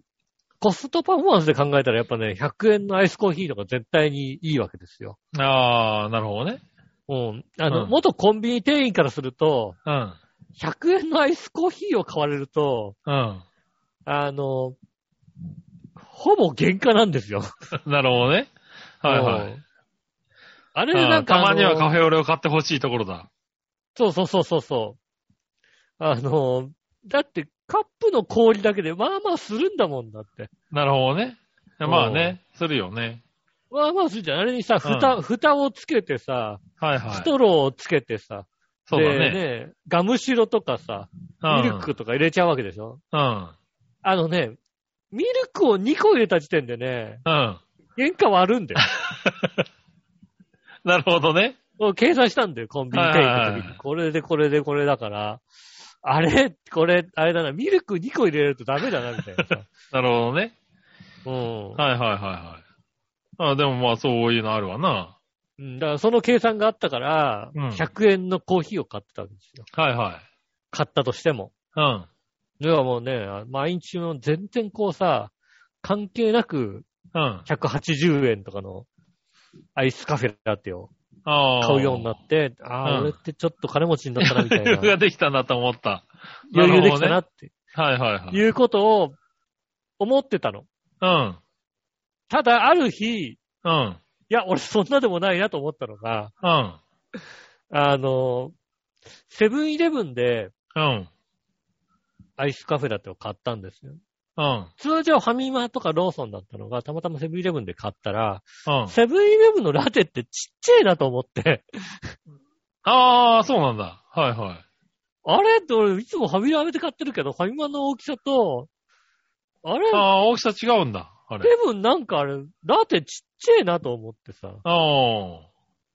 S2: コストパフォーマンスで考えたらやっぱね、100円のアイスコーヒーとか絶対にいいわけですよ。
S3: ああ、なるほどね。
S2: うん。あの、
S3: うん
S2: 元コンビニ店員からすると、
S3: うん。
S2: 100円のアイスコーヒーを買われると、
S3: うん。
S2: あの、ほぼ原価なんですよ。
S3: なるほどね。はいは
S2: う
S3: い
S2: ん。あれで
S3: あ
S2: な
S3: あ
S2: んかあの、
S3: たまにはカフェオレを買ってほしいところだ。
S2: そうそうそうそうそう。あの、だってカップの氷だけでまあまあするんだもんだって。
S3: なるほどね。まあね、するよね。
S2: まあまあするじゃん。あれにさ、蓋、蓋をつけてさ、
S3: はいは
S2: ス
S3: い。
S2: トローをつけてさ、
S3: そうだ
S2: で
S3: ね。
S2: ね、ガムシロとかさ、
S3: う
S2: ミ
S3: ん
S2: ルクとか入れちゃうわけでしょ。
S3: うん。
S2: あのね、ミルクを2個入れた時点でね、
S3: うん。
S2: 原価割るんだ よ。
S3: なるほどね。
S2: もう計算したんだよ、コンビニ店員
S3: はい
S2: の
S3: は
S2: 時
S3: いは
S2: に
S3: い。
S2: これでこれでこれだから、あれこれ、あれだな、ミルク2個入れるとダメだな、みたいな さ。
S3: なるほどね。
S2: うん
S3: はいはいはいはい。ああ、でもまあそういうのあるわな。
S2: うん。だからその計算があったから、
S3: うん
S2: 100円のコーヒーを買ってたんですよ。
S3: はいはい。
S2: 買ったとしても。
S3: うん。
S2: ではもうね、毎日の全然こうさ、関係なく
S3: うん。
S2: 180円とかのアイスカフェラテを
S3: ああ。
S2: 買うようになって、ああ、
S3: うん
S2: 俺ってちょっと金持ちになったなみたいな、
S3: 余裕ができたなと思った。
S2: 余裕できたなって
S3: はいはいはい。
S2: いうことを思ってたの。
S3: うん。
S2: ただある日、
S3: うん。
S2: いや、俺そんなでもないなと思ったのが、
S3: うん。
S2: あの、セブンイレブンで
S3: うん。
S2: アイスカフェラテを買ったんですよ。
S3: うん。
S2: 通常ファミマとかローソンだったのが、たまたまセブンイレブンで買ったら、
S3: うん。
S2: セブンイレブンのラテってちっちゃいなと思って、
S3: ああ、そうなんだ。はいはい。
S2: あれって俺いつもファミマで買ってるけど、ファミマの大きさと、あれ
S3: ああ、大きさ違うんだ。あ
S2: セ
S3: れ。
S2: ブンなんかあれ、ラテちっちゃいなと思ってさ、
S3: ああ。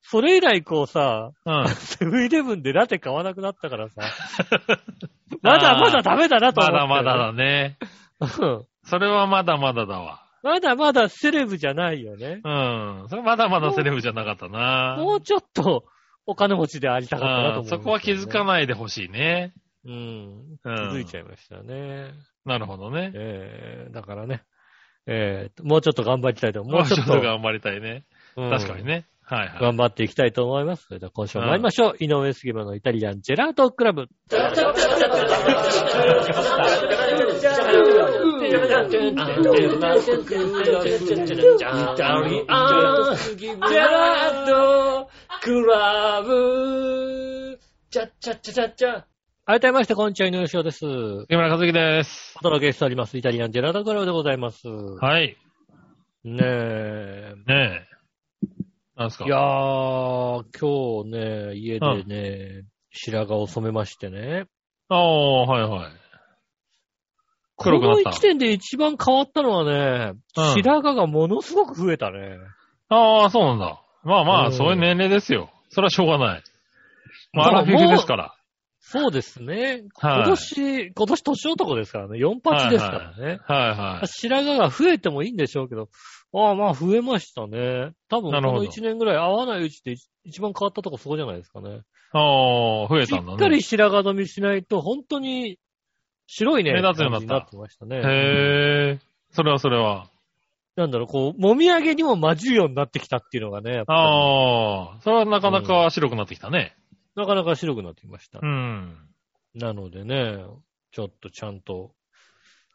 S2: それ以来こうさ、
S3: うん。
S2: セブンイレブンでラテ買わなくなったから さ。まだまだダメだなと思
S3: ま
S2: って、
S3: だまだだね。
S2: だ。うん。
S3: それはまだまだだわ。
S2: まだまだセレブじゃないよね。
S3: うん。それまだまだセレブじゃなかったな。
S2: もうちょっとお金持ちでありたかったなと思
S3: う
S2: うんんですよね、
S3: そこは気づかないでほしいね。
S2: うん。気
S3: うん
S2: づいちゃいましたね。
S3: なるほどね。
S2: えー、だからね。えー、もうちょっと頑張りたいと思う。
S3: もうちょっと
S2: もうちょ
S3: 頑張りたいね。
S2: うん
S3: 確かにね。はいはい。
S2: 頑張っていきたいと思います。それでは今週も参りましょう。井上杉村のイタリアンジェラートクラブ。改めまして、こんにちは、井上翔です。お
S3: 杉村和樹です。
S2: 届けしております。イタリアンジェラートクラブでございます。
S3: はい。
S2: ねえ。
S3: ねえ。なんすか
S2: いやー、今日ね、家でね、白髪を染めましてね。
S3: ああ、はいはい。黒くなっ
S2: こ
S3: た
S2: の一点で一番変わったのはね、
S3: うん
S2: 白髪がものすごく増えたね。
S3: ああ、そうなんだ。まあま
S2: う
S3: あ、
S2: ん
S3: そういう年齢ですよ。それはしょうがない。まあ、
S2: まあ
S3: アラフィフですから。
S2: そうですね。
S3: はい
S2: 今年、今年年男ですからね、4八ですからね。
S3: はいはい。
S2: 白髪が増えてもいいんでしょうけど、ああまあ増えましたね。多分こ
S3: なるほど
S2: の1年ぐらい合わないうちで一番変わったとこそこじゃないですかね。
S3: ああ、増え
S2: した
S3: んだね。
S2: っかり白髪染みしないと本当に白いね。
S3: 目立つようになっ
S2: 感じ
S3: た
S2: になってましたね。
S3: へえ。それはそれは。
S2: なんだろう、こう、もみあげにも混じるようになってきたっていうのがね、やっぱり
S3: ああ、それはなかなか白くなってきたね。
S2: なかなか白くなってきました
S3: う。ん。
S2: なのでね、ちょっとちゃんと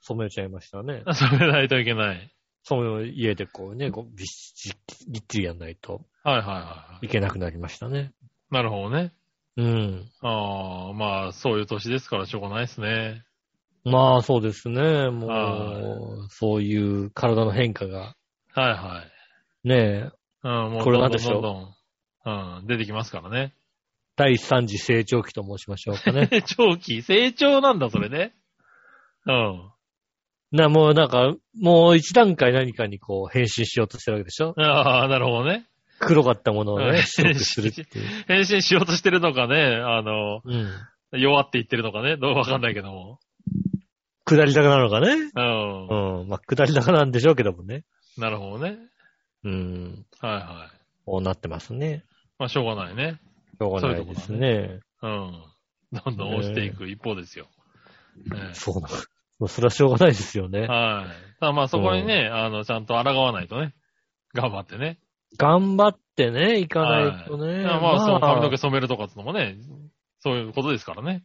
S2: 染めちゃいましたね。
S3: 染めないといけない。
S2: 染めを家でこうね、こうびっちり、ぎっちりやんないと
S3: はいはいはい
S2: けなくなりましたね。
S3: い。なるほどね。
S2: うん。
S3: ああ、まあ、そういう年ですからしょうがないですね。
S2: まあそうですね、も
S3: は
S2: う、そういう体の変化が、
S3: はいはい。
S2: ねえ、
S3: うん、もう
S2: これな
S3: ど
S2: ん
S3: ん
S2: で
S3: どん
S2: しょ
S3: ど
S2: うん
S3: どん、うん、出てきますからね。。
S2: 第三次成長期と申しましょうかね
S3: 長期、成長なんだ、それね。うん。
S2: な、もうなんか、もう一段階何かにこう変身しようとしてるわけでしょ
S3: ああ、なるほどね。
S2: 黒かったものを
S3: うん
S2: ね、白くするっていう。
S3: 変身しようとしてるのかね、あの、
S2: うん。
S3: 弱っていってるのかね、どうわかんないけども。
S2: 下り坂なのかね
S3: うん。
S2: うん。まあ、下り坂なんでしょうけどもね。
S3: なるほどね。
S2: うん。
S3: はいはい。
S2: こうなってますね。
S3: まあ、しょうがないね。
S2: しょうがないですね。
S3: うん。どんどん押していく一方ですよ。ね
S2: そうなの。もうそれはしょうがないですよね。
S3: はい。ただまあそこにね、あの、ちゃんと抗わないとね。頑張ってね。
S2: 頑張ってね、行かないと
S3: は
S2: ね。
S3: いただまあ、その髪の毛染めるとかってのもね、そういうことですからね。。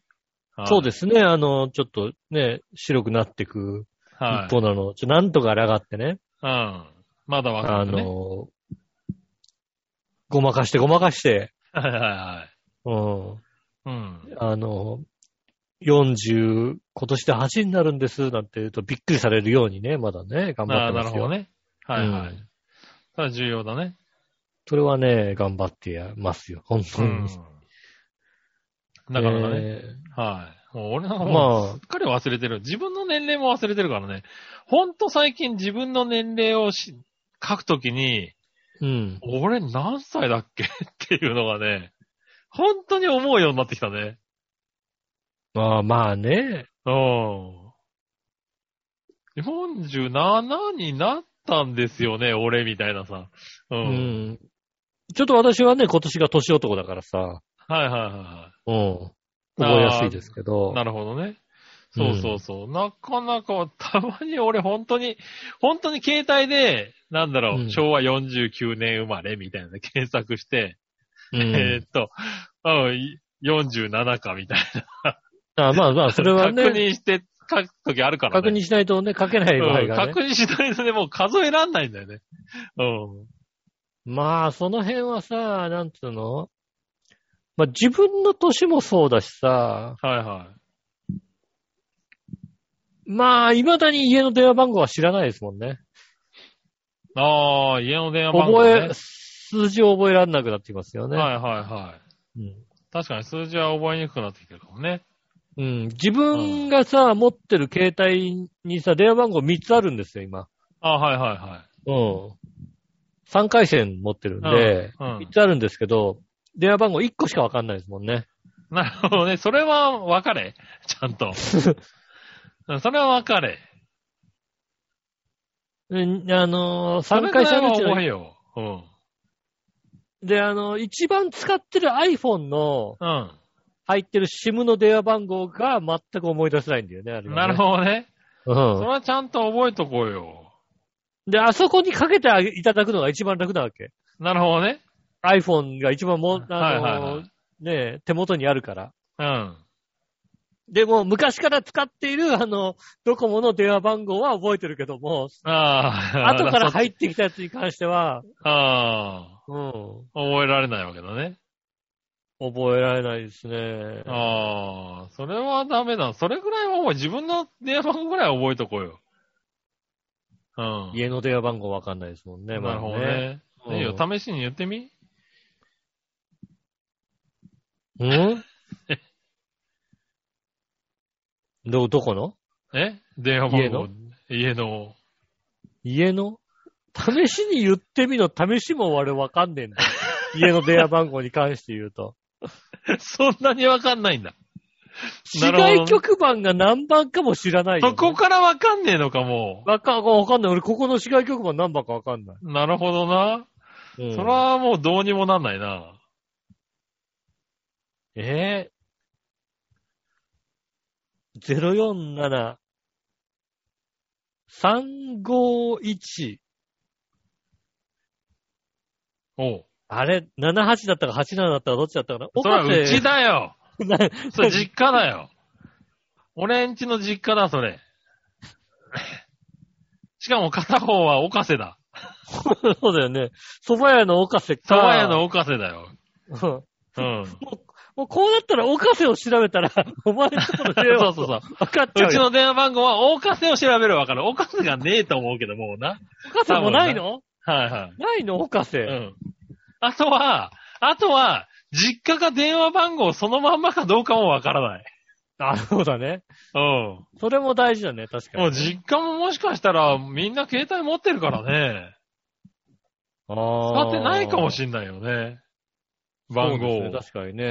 S2: そうですすね。あの、ちょっとね、白くなってく
S3: は
S2: 一
S3: い。
S2: 方なの。ちょなんとか抗ってね。
S3: うん。まだわか
S2: あ
S3: る、ね。
S2: の、ごまかしてごまかして、
S3: はいはいはい。
S2: うん。
S3: うん。
S2: あの、40、今年で8になるんです、なんて言うとびっくりされるようにね、まだね、頑張っ
S3: ああ、
S2: てま
S3: な
S2: す
S3: る
S2: よ。
S3: ほどね。はいは
S2: う
S3: い。ただ重要だね。
S2: それはね、頑張ってやますよ、本当
S3: う
S2: に。
S3: ん。なかなかね。
S2: え
S3: はい。もう俺
S2: ー
S3: なんかもう
S2: まあ、
S3: すっかり忘れてる。自分の年齢も忘れてるからね。ほんと最近自分の年齢をし書くときに、
S2: うん。
S3: 俺何歳だっけ っていうのがね、本当に思うようになってきたね。
S2: まあまあね、
S3: うん。47になったんですよね、俺みたいなさ。うん。
S2: うん。ちょっと私はね、今年が年男だからさ、
S3: はいはいはいは
S2: うん。
S3: あー
S2: 覚えやすいですけ
S3: い。
S2: ど
S3: な。るほどね。そうそうそう。なかなか、たまに俺本当に、本当に携帯で、なんだろう、
S2: うん
S3: 昭和49年生まれみたいなので検索して、
S2: うん
S3: えーっと、うんい47かみたい
S2: あまあまあ、それ
S3: な。
S2: は
S3: 確
S2: ね、
S3: 認して書くときあるから
S2: 確
S3: ね。
S2: 認しないとね、書けない場合
S3: うん
S2: がね
S3: 確。認しないとね、もう数えらんないんだよね。うん。
S2: まあ、その辺はさ、なんつうのまあ自分の年もそうだしさ、
S3: はいはい。
S2: まあ、未だに家の電話番号は知らないですもんね。
S3: ああ、家の電話番号、
S2: 覚
S3: ね。
S2: え、数字を覚えられなくなってきますよね。
S3: はいはいはい。
S2: うん
S3: 確かに数字は覚えにくくなってきてるかもね。
S2: うん。自分がさ、持ってる携帯にさ、電話番号3つあるんですよ、今。
S3: ああ、はいはいはい。
S2: うん。 3回線持ってるんで、
S3: うんうん
S2: 3つあるんですけど、電話番号1個しかわかんないですもんね。
S3: なるほどね。それは分かれ。ちゃん と。うんそれは分かれ。
S2: うんあのー、
S3: そ
S2: 3
S3: れぐ
S2: 回
S3: ら
S2: 線
S3: い
S2: ある
S3: は
S2: うちの
S3: 覚えよう。うん。
S2: で、あの、一番使ってる iPhone の
S3: うん。
S2: 入ってる SIM の電話番号が全く思い出せないんだよね、あれはね
S3: なるほどね。それ
S2: うん
S3: はちゃんと覚えとこうよ。
S2: で、あそこにかけてあげいただくのが一番楽なわけ。
S3: なるほどね。
S2: iPhone が一番も、あのー
S3: はいはいはい。
S2: ねえ、手元にあるから。
S3: うん。
S2: でも、昔から使っている、あの、ドコモの電話番号は覚えてるけども、
S3: ああ。
S2: 後から
S3: 入
S2: 入ってきたやつに関しては、
S3: あ
S2: うん、
S3: あ。覚えられないわけだね。
S2: 覚えられないですね。
S3: ああ。それはダメだ。それぐらいはもう自分の電話番号ぐらいは覚えとこうよ。うん。
S2: 家の電話番号わかんないですもんね、まだ
S3: なるほどね。
S2: うん
S3: いいよ、試しに言ってみ。
S2: うん ど、どこの
S3: え電話
S2: 家
S3: 番号。
S2: の
S3: 家の。
S2: 家の試しに言ってみろ、試しも俺わかんねえんだ。 家の電話番号に関して言うと。
S3: そんなにわかんないんだ。
S2: 市
S3: なるほ
S2: 外
S3: ど
S2: 局番が何番かも知らないよ、
S3: そこからわかんねえのか、も
S2: わかわかんない。俺、ここの市外局番何番かわかんない。
S3: う。なるほどな。
S2: うん
S3: それはもうどうにもなんないな。
S2: えぇ、ー、?047-351。
S3: おう。
S2: あれ ?78 だったか87だったかどっちだったかな
S3: それはうち
S2: だ
S3: だよ。
S2: な
S3: それ実家だよ。俺んちの実家だ、それ。しかも片方は岡瀬だ。
S2: そうだよね。蕎麦屋の岡瀬か。
S3: 蕎麦屋の岡瀬だよ。
S2: うん。
S3: うん。そ
S2: もうこうなったら岡瀬を調べたら、 お前のところで
S3: う
S2: よ
S3: そうそう。
S2: 分かっちゃ
S3: う
S2: う
S3: ち
S2: よ。
S3: の電話番号は岡瀬を調べるわかる。岡瀬がねえと思うけど、もうな。
S2: 岡瀬もないの
S3: はいはい。
S2: ないの岡瀬。
S3: うん。あとは、あとは、実家が電話番号そのまんまかどうかもわからない。
S2: あ、そうだね。
S3: うん。
S2: それも大事だね、確か
S3: もう
S2: に。
S3: 実家ももしかしたらみんな携帯持ってるからね。
S2: あ
S3: 使ってないかもしんないよね。番号
S2: そうです
S3: を
S2: ね確かにね。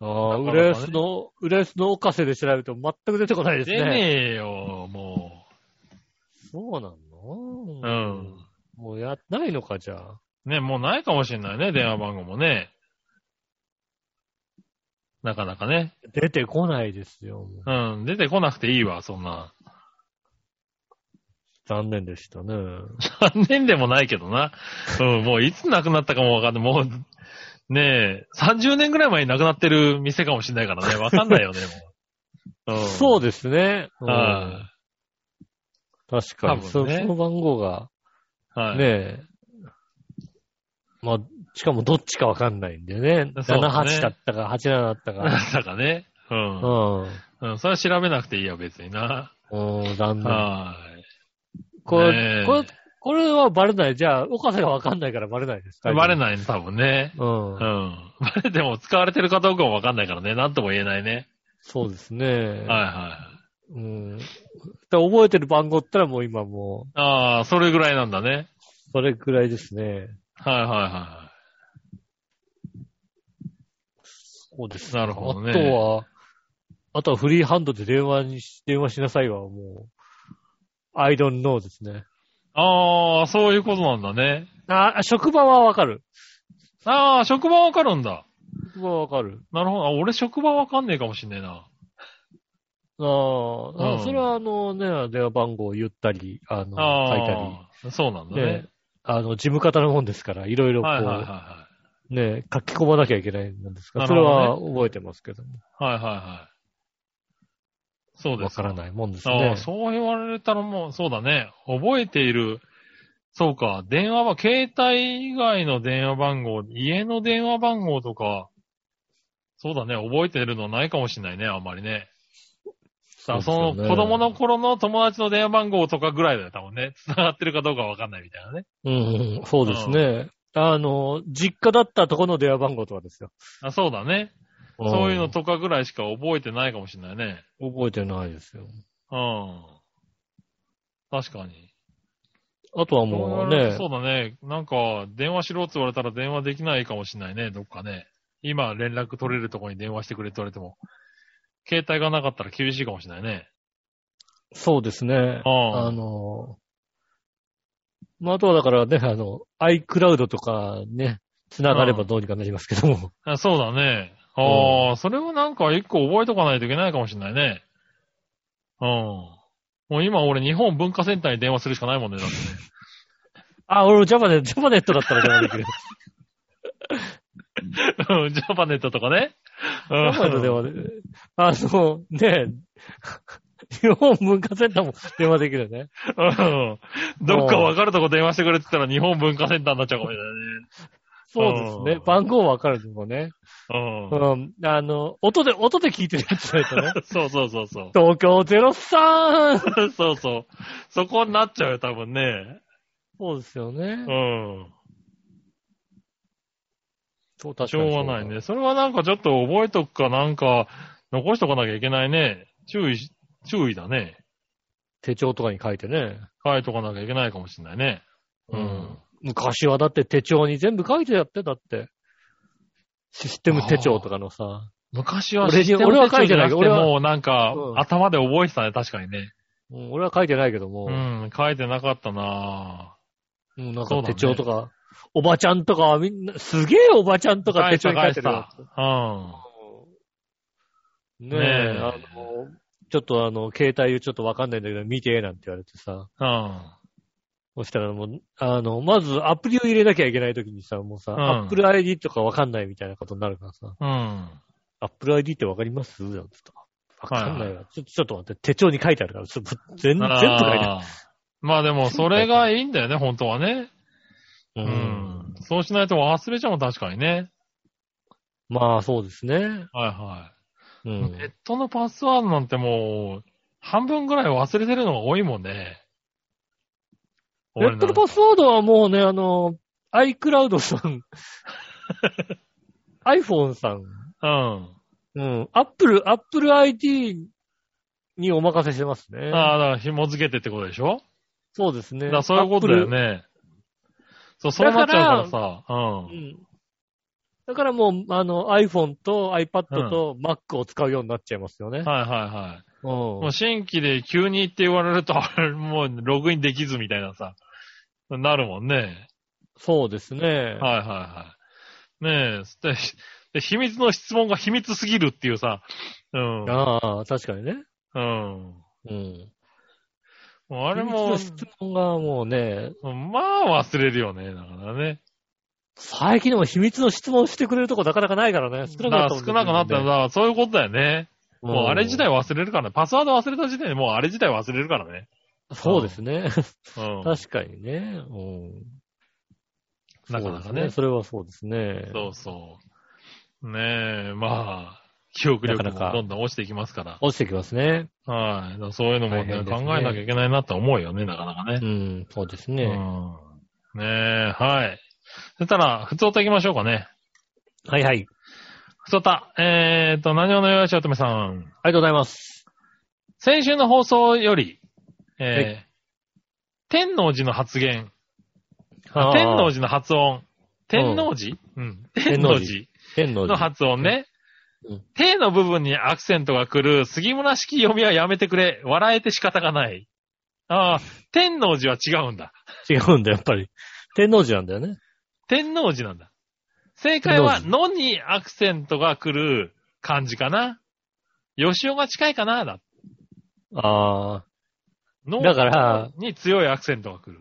S3: うん。
S2: ああ、
S3: なかなかね
S2: ウレースの、ウレースのおかせで調べても全く出てこないです
S3: 出
S2: ね。
S3: ねえよ、も
S2: そうな
S3: う。う
S2: の
S3: ん。。
S2: もうや、ないのか、じゃあ。
S3: ね、もうないかもしんないね、電話番号もね。なかなかね。
S2: 出てこないですよ。もう
S3: うん、出てこなくていいわ、そんな。
S2: 残念でしたね。
S3: 残念でもないけどな。うん、もういつ亡くなったかもわかんない。もう、ねえ、30年ぐらい前に亡くなってる店かもしれないからね。わかんないよね、もう。うん、
S2: そうですね。うん
S3: は
S2: 確かに、
S3: 多
S2: そ
S3: 分ね
S2: その番号が、
S3: い。はい。
S2: ねえ。まあ、しかもどっちかわかんないんだよね。
S3: そうだね
S2: 78だったか、87だった
S3: な
S2: か。
S3: んだかね。う。
S2: うんん。
S3: うん、それは調べなくていいよ、別にな。
S2: うん、残念。
S3: は
S2: こ
S3: ね
S2: れ、
S3: え
S2: これ、これはバレない。じゃあ、岡瀬がわかんないからバレないです。
S3: い。バレ
S2: い。
S3: ないね、多分ね。
S2: うん
S3: う。ん。バレても使われてるかどうかもわかんないからね。なんとも言えないね。
S2: そうですね。
S3: はいはい。
S2: うん。だから覚えてる番号ったらもう今も
S3: ああ、それぐらいなんだね。
S2: う、それくらいですね。
S3: はいはいは
S2: そうです
S3: い。なるほどね。
S2: あとは、あとはフリーハンドで電話にし、電話しなさいはもう、I don't know ですね。
S3: ああ、そういうことなんだね。
S2: あ、あ職場はわかる。
S3: ああ、職場わかるんだ。
S2: 職場はわかる。
S3: なるほど。あ、俺職場わかんねえかもしんねえな。
S2: ああ、
S3: うん
S2: それはあのね、電話番号を言ったり、あの、書いたり。
S3: ああ、そうなんだね。
S2: ね、あの、事務方のもんですから、いろいろこう、
S3: はいはいはいは
S2: ね、書き込まなきゃいけないんですから、そ
S3: な
S2: れ
S3: るほどね
S2: は覚えてますけども、
S3: い。はいはいはい。そうで
S2: わ
S3: す。
S2: からないもんです
S3: あ
S2: ね
S3: あ、。そう言われたらもう、そうだね。覚えている。そうか。電話は、携帯以外の電話番号、家の電話番号とか、そうだね。覚えてるのないかもしんないね、あんまりね。
S2: そ
S3: だ
S2: うで
S3: から
S2: すよ
S3: そ
S2: ね
S3: の子供の頃の友達の電話番号とかぐらいだよ、多分ね。繋がってるかどうかわかんないみたいなね。
S2: うんうん、そうですね。あの、実家だったとこの電話番号とかですよ。
S3: あそうだね。そういうのとかぐらいしか覚えてないかもしれないね。
S2: うん。覚えてないですよ。
S3: うん。確かに。
S2: あとはもうね、
S3: そうだね。なんか、電話しろって言われたら電話できないかもしんないね、どっかね。今、連絡取れるとこに電話してくれって言われても、携帯がなかったら厳しいかもしんないね。
S2: そうですね。
S3: ああ
S2: あの、まあ、あとはだからね、あの、iCloud とかね、繋がればどうにかなりますけども。
S3: あそうだね。ああ、それもなんか一個覚えとかないといけないかもしんないね。うん。もう今俺日本文化センターに電話するしかないもんね、だってね。
S2: あ、俺も Java で、Java ネットだったら Java でき る。
S3: うん ジャパネットとかね。うん。
S2: Java で電話で。あの、ね、日本文化センターも電話できるよね。
S3: うんどっかわかるとこ電話してくれって言ったら日本文化センターになっちゃうかもしれないね。
S2: そうです
S3: う
S2: ね
S3: ん。
S2: 番号わかるのもね。
S3: うん
S2: う。ん。あの、音で、音で聞いてるやつだとね。
S3: そうそうそうそう。
S2: 東京03!
S3: そうそう。そこになっちゃうよ、多分ね。
S2: そうですよね
S3: う。ん。
S2: そう、確
S3: しょうがないね。。それはなんかちょっと覚えとくかなんか、残しとかなきゃいけないね。注意し、注意だね。
S2: 手帳とかに書いてね。
S3: 書いとかなきゃいけないかもしれないね。うん。
S2: 昔はだって手帳に全部書いてやって、だって。システム手帳とかのさ。
S3: 昔は
S2: 俺に
S3: システム
S2: 俺は
S3: 手帳じゃなくて
S2: 書いてない俺は
S3: もうなんか、
S2: うん
S3: 頭で覚えてたね、確かにね。
S2: うん俺は書いてないけども、
S3: うん、書いてなかったな
S2: うんなん
S3: そう
S2: か
S3: だ
S2: 手
S3: ね
S2: 帳とか、おばちゃんとかはみんな、すげえおばちゃんとか手帳に書いてるよ
S3: 書いてたうん。
S2: ねえ、
S3: ねえ
S2: あの、ちょっとあの、携帯ちょっとわかんないんだけど、見て、なんて言われてさ。
S3: うん。
S2: そしたらもう、あの、まずアプリを入れなきゃいけないときにさ、もうさ、
S3: うん
S2: アップル ID とかわかんないみたいなことになるからさ、
S3: うん。
S2: アップル ID ってわかりますなんつったわかんないわ。ちょちょっと待って、手帳に書いてあるから、 ちょっと全全部書いてあ
S3: あーまあでも、それがいいんだよね、本当はね。
S2: る。う。
S3: うんん。そうしないと忘れちゃうもん、確かにね。
S2: まあ、そうですね。
S3: はいは
S2: う
S3: い。ネッ
S2: ん。
S3: トのパスワードなんてもう、半分ぐらい忘れてるのが多いもんね。
S2: ネットのパスワードはもうね、あの、iCloud さん、iPhone さん、
S3: うん。
S2: うん。Apple、Apple ID にお任せしてますね。
S3: ああ、だから紐付けてってことでしょ
S2: そうですね。
S3: だからそういうことだよね。そう、そうなっちゃうからさ。う。
S2: Apple。うんん。だからもう、あの、iPhone と iPad と Mac を使うようになっちゃいますよね。
S3: はいはいはい。
S2: うん
S3: もう新規で急にって言われると、あれもうログインできずみたいなさ、なるもんね。
S2: そうですね。
S3: はいはいはい。ねえ、でひで、秘密の質問が秘密すぎるっていうさ、うん。うん。
S2: ああ、確かにね。うん。
S3: もうあ
S2: あ
S3: れも、
S2: 質問がもうね、
S3: まあ忘れるよね、だからね。
S2: 最近でも秘密の質問してくれるとこなかなかないからね。少
S3: だ
S2: なくなっ
S3: から
S2: た、
S3: 少なくなったら、だからそういうことだよね。
S2: うん
S3: もうあれ自体忘れるからね。パスワード忘れた時点でもうあれ自体忘れるからね。
S2: そうですね。
S3: うん。
S2: 確かにね。うん。
S3: なかなかね。
S2: そうですそれはそうですね。
S3: そうそう。ねえ、まあ、記憶力
S2: なかなか
S3: もどんどん落ちていきますから。
S2: 落ちてきますね。
S3: はい。だからそういうのも
S2: 大変
S3: ね
S2: です
S3: 考
S2: ね
S3: えなきゃいけないなと思うよね、なかなかね。
S2: うん、そうですね。
S3: うんねえ、はい。そしたら、普通歌行きましょうかね。
S2: はいはい。
S3: 普通歌。えーと、何をのよしおとめさん。
S2: ありがとうございます。
S3: 先週の放送より、えー天王寺の発言。あ天王
S2: 寺。
S3: 寺の発音。天王寺うん。天
S2: 天
S3: 王
S2: 王寺
S3: 寺
S2: 天王
S3: の
S2: 寺。
S3: 発音ね
S2: うん。
S3: 手の部分にアクセントが来る杉村式読みはやめてくれ。笑えて仕方がない。ああ、天王寺は違うんだ。
S2: 違うんだ、やっぱり。天王寺なんだよね。
S3: 天王寺なんだ。正解は、
S2: 天
S3: のにアクセントが来る漢字かな。吉尾が近いかなだ。
S2: あ
S3: の
S2: だから、
S3: に強いアクセントが来る。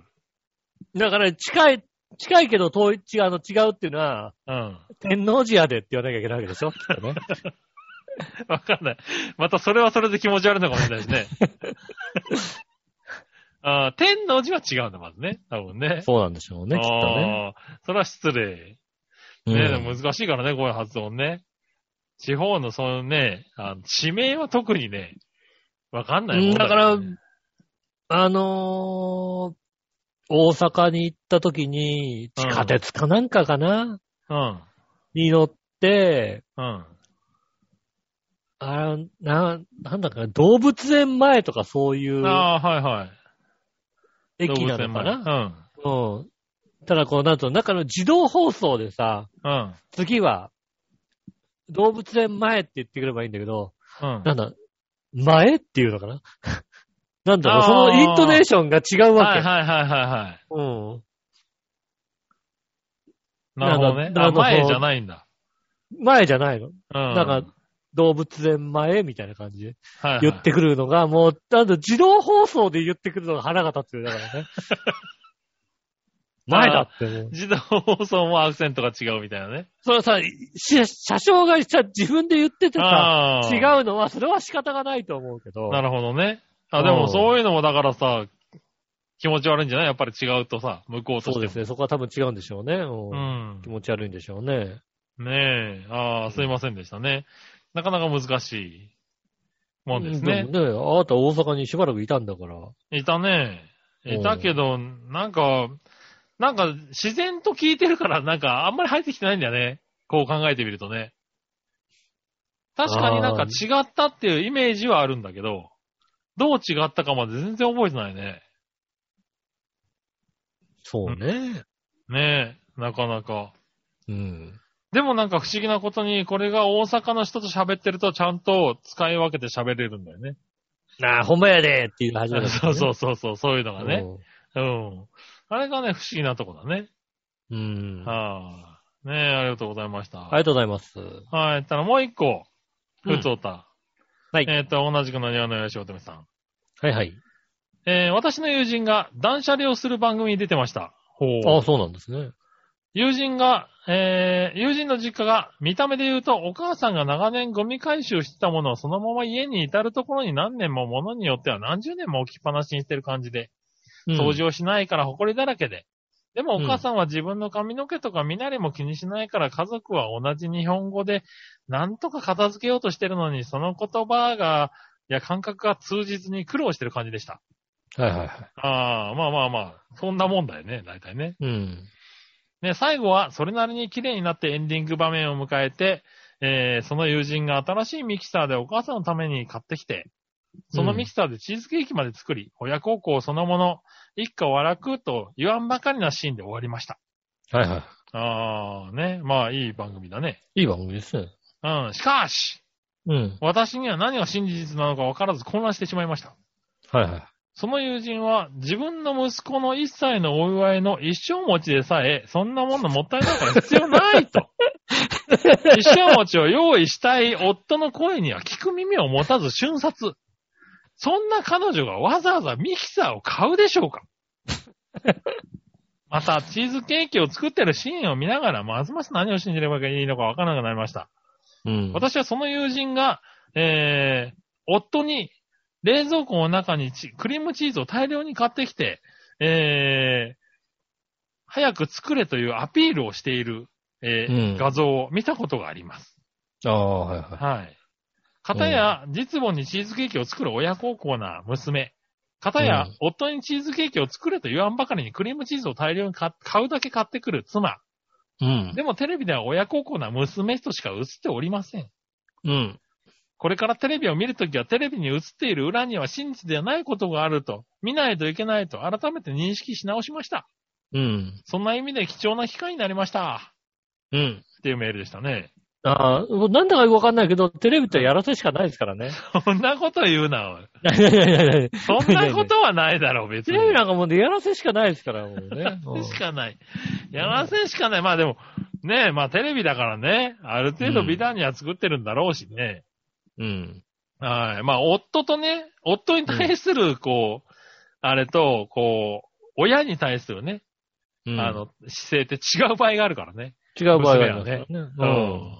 S2: あ。だから、近い、近いけど遠い、違う、あの、違うっていうのは、
S3: うん。
S2: 天王寺やでって言わなきゃいけないわけでしょきっとね。
S3: わかんない。またそれはそれで気持ち悪いのかもしれないしね。 ああ、天王寺は違うんだ、まずね。多分ね。
S2: そうなんでしょうね、きっとね。
S3: あーそれは失礼。
S2: うん
S3: ね、でも難しいからね、こういう発音ね。地方のそのね、あの地名は特にね、わかんないもん
S2: う
S3: ね
S2: んあのー、大阪に行った時に、地下鉄かなんかかな、
S3: うん。
S2: に乗って、
S3: うん。
S2: あーな、なんだかな、動物園前とかそういう、
S3: ああ、はいはい。
S2: 駅なのかな
S3: な
S2: うん。ただこう、なんと、中の自動放送でさ、
S3: うん。
S2: 次は、動物園前って言ってくればいいんだけど、
S3: うん。うん。
S2: なんだ、前っていうのかな なんだろう、そ
S3: あー
S2: のイントネーションが違うわ
S3: は
S2: け。
S3: いはいはいはいは
S2: うん。
S3: い。なるほど
S2: な
S3: ね
S2: ん。か
S3: あ
S2: なんか
S3: 前
S2: そう
S3: じゃないんだ。
S2: 前じゃないの。
S3: うん。
S2: なんか、動物園前みたいな感じで
S3: はいはい
S2: 言ってくるのが、もう、なんだ、自動放送で言ってくるのが腹が立つよ、だから ね。前だってもう。
S3: 自動放送もアクセントが違うみたいなね。
S2: それはさ、し車掌がさ、自分で言っててさ、
S3: ああ。
S2: 違うのは、それは仕方がないと思うけど。
S3: なるほどね。あ、で
S2: うん
S3: もそういうのもだからさ、気持ち悪いんじゃないやっぱり違うとさ、向こうと
S2: そうで
S3: しても。
S2: すね。そこは多分違うんでしょうね。うん
S3: うん
S2: 気。持ち悪いんでしょうね。
S3: ねえ。ああ、すいませんでしたね。なかなか難しいもんです
S2: う
S3: ね
S2: ん。でもね、あなた大阪にしばらくいたんだから。
S3: いたね。
S2: うん
S3: いたけど、なんか、なんか自然と聞いてるから、なんかあんまり入ってきてないんだよね。こう考えてみるとね。確かになんか
S2: あ
S3: 違ったっていうイメージはあるんだけど、どう違ったかまで全然覚えてないね。
S2: そうね。
S3: ねえ、なかなか。
S2: うん。
S3: でもなんか不思議なことに、これが大阪の人と喋ってるとちゃんと使い分けて喋れるんだよね。
S2: なあ、ほんまやでっていう始め方
S3: そうそうそうそう、そういうの
S2: う
S3: が
S2: ん
S3: ね。うん。あれがね、不思議なとこだね。
S2: うん。あ
S3: はあ。ねえ、ありがとうございました。
S2: りがとうございます。
S3: はい。ただもう一個。
S2: うん
S3: ふつおた。
S2: はい
S3: えっ、と、同じくのにわのよしおとめさん。
S2: はいはい。
S3: えー私の友人が断捨離をする番組に出てました。ほ
S2: ああ、そうなんですね。
S3: 友人が、えー友人の実家が、見た目で言うと、お母さんが長年ゴミ回収してたものをそのまま家に至るところに何年も物によっては何十年も置きっぱなしにしてる感じで、掃除をしないから埃だらけで。でもお母さんは自分の髪の毛とか身なりも気にしないから家族は同じ日本語でなんとか片付けようとしてるのにその言葉が、いや感覚が通じずに苦労してる感じでした。
S2: うん。はいはいはい。
S3: ああ、まあまあまあ、そんなもんだよね、大体ね。
S2: うん。
S3: ね、最後はそれなりに綺麗になってエンディング場面を迎えて、えーその友人が新しいミキサーでお母さんのために買ってきて、そのミキサーでチーズケーキまで作り、親孝行そのもの、一家を笑くと言わんばかりなシーンで終わりました。
S2: はいは
S3: あーね、まあいい番組だね。
S2: い。いい番組ですね。
S3: うん、しかし、
S2: うん。
S3: 私には何が真実なのかわからず混乱してしまいました。
S2: はいはい。
S3: その友人は自分の息子の一歳のお祝いの一生餅でさえ、そんなものもったいないから必要ないと。一生餅を用意したい夫の声には聞く耳を持たず瞬殺。そんな彼女がわざわざミキサーを買うでしょうかまた、チーズケーキを作ってるシーンを見ながら、ますます何を信じればいいのかわからなくなりました。
S2: うん。
S3: 私はその友人が、えー、夫に冷蔵庫の中にチクリームチーズを大量に買ってきて、えー、早く作れというアピールをしている、えー
S2: うん
S3: 画像を見たことがあります。
S2: ああ、はいはい。
S3: はい。片や、実母にチーズケーキを作る親孝行な娘。片や、
S2: うん
S3: 夫にチーズケーキを作れと言わんばかりにクリームチーズを大量に買買うだけ買ってくる妻。
S2: うん。
S3: でもテレビでは親孝行な娘としか映っておりません。
S2: うん。
S3: これからテレビを見るときはテレビに映っている裏には真実ではないことがあると、見ないといけないと改めて認識し直しました。
S2: うん。
S3: そんな意味で貴重な機会になりました。
S2: うん。
S3: っていうメールでしたね。
S2: ああ、なんだかよくわかんないけど、テレビってやらせしかないですから ね。
S3: そんなこと言うな、おい
S2: いや いやいやいや
S3: そんなことはないだろう、別
S2: テ
S3: に。
S2: レビなんかもうねやらせしかないですから、もうね。
S3: や
S2: う
S3: ら
S2: ん
S3: せしかない。やらせしかない。まあでも、ねえ、まあテレビだからね、ある程度美談には作ってるんだろうしね。
S2: うん。
S3: はい。まあ、夫とね、夫に対する、こう、あれと、こう、親に対するね、
S2: うん
S3: あ、の、姿勢って違う場合があるからね。
S2: 違う場合がありますよね。う。
S3: うん
S2: し。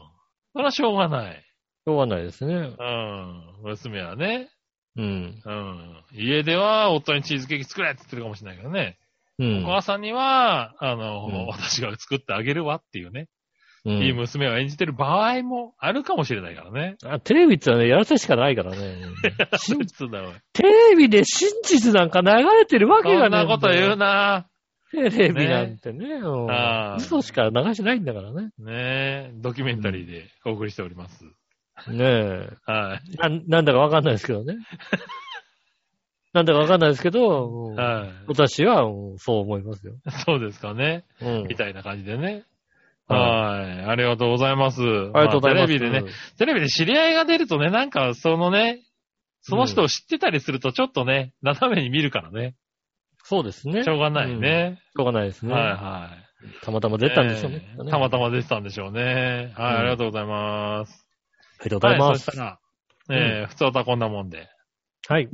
S3: それはしょうがない。
S2: ょうがないですね。
S3: うん。娘はね、
S2: うん。
S3: うん。家では夫にチーズケーキ作れって言ってるかもしれないけどね。
S2: う
S3: お
S2: ん。
S3: 母さんには、あの、
S2: うん
S3: 私が作ってあげるわっていうね、
S2: うん
S3: いい娘を演じてる場合もあるかもしれないからね。
S2: あテレビってのはね、やらせしかないから ね。しん
S3: そうだろう
S2: テレビで真実なんか流れてるわけ
S3: そ
S2: が
S3: ん
S2: ない
S3: なこと言う
S2: う
S3: な
S2: テレビなんてね。うん
S3: ああ
S2: 嘘しか流してないんだからね。
S3: ねえ、ドキュメンタリーでお送りしております。
S2: ねえ。
S3: はい。
S2: なんなんだかわかんないですけどね。なんだかわかんないですけど、うん
S3: は
S2: 私はうんそう思いますよ。
S3: い。そうですかね。
S2: うん
S3: みたいな感じでね。
S2: はい
S3: はい。ありがとうございます。あり
S2: ありがとうございます。
S3: テレビでね、。テレビで知り合いが出るとね、なんかそのね、その人を知ってたりするとちょっとね、斜めに見るからね。
S2: そうですね。
S3: しょうがないね。
S2: しょうがないですね。
S3: はいはい。
S2: たまたま出たんでしょうね。
S3: えーたまた
S2: ま。
S3: ま出てたんでしょうね。はい、
S2: うん
S3: ありがとうございます。
S2: ありがとうございま
S3: はい、そ
S2: す
S3: し。たら、えー普通はこんなもんで。
S2: はい。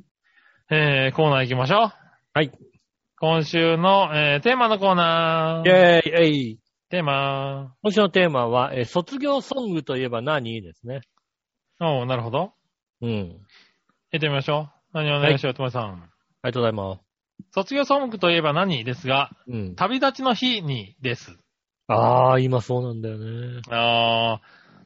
S3: えーコーナー行きましょう。
S2: はい。
S3: 今週の、えーテーマのコーナ
S2: イ
S3: ー。
S2: ェーイ、えい。
S3: テーマ
S2: 今週のテーマは、えー卒業ソングといえば何ですね。
S3: ー。おうなるほど。
S2: うん。
S3: 行ってみましょう。何をお願いしよう、ともさん。
S2: ありがとうございます。
S3: 卒業ソングといえば何ですが、
S2: うん。
S3: 旅立ちの日にです。
S2: ああ、今そうなんだよね。
S3: あ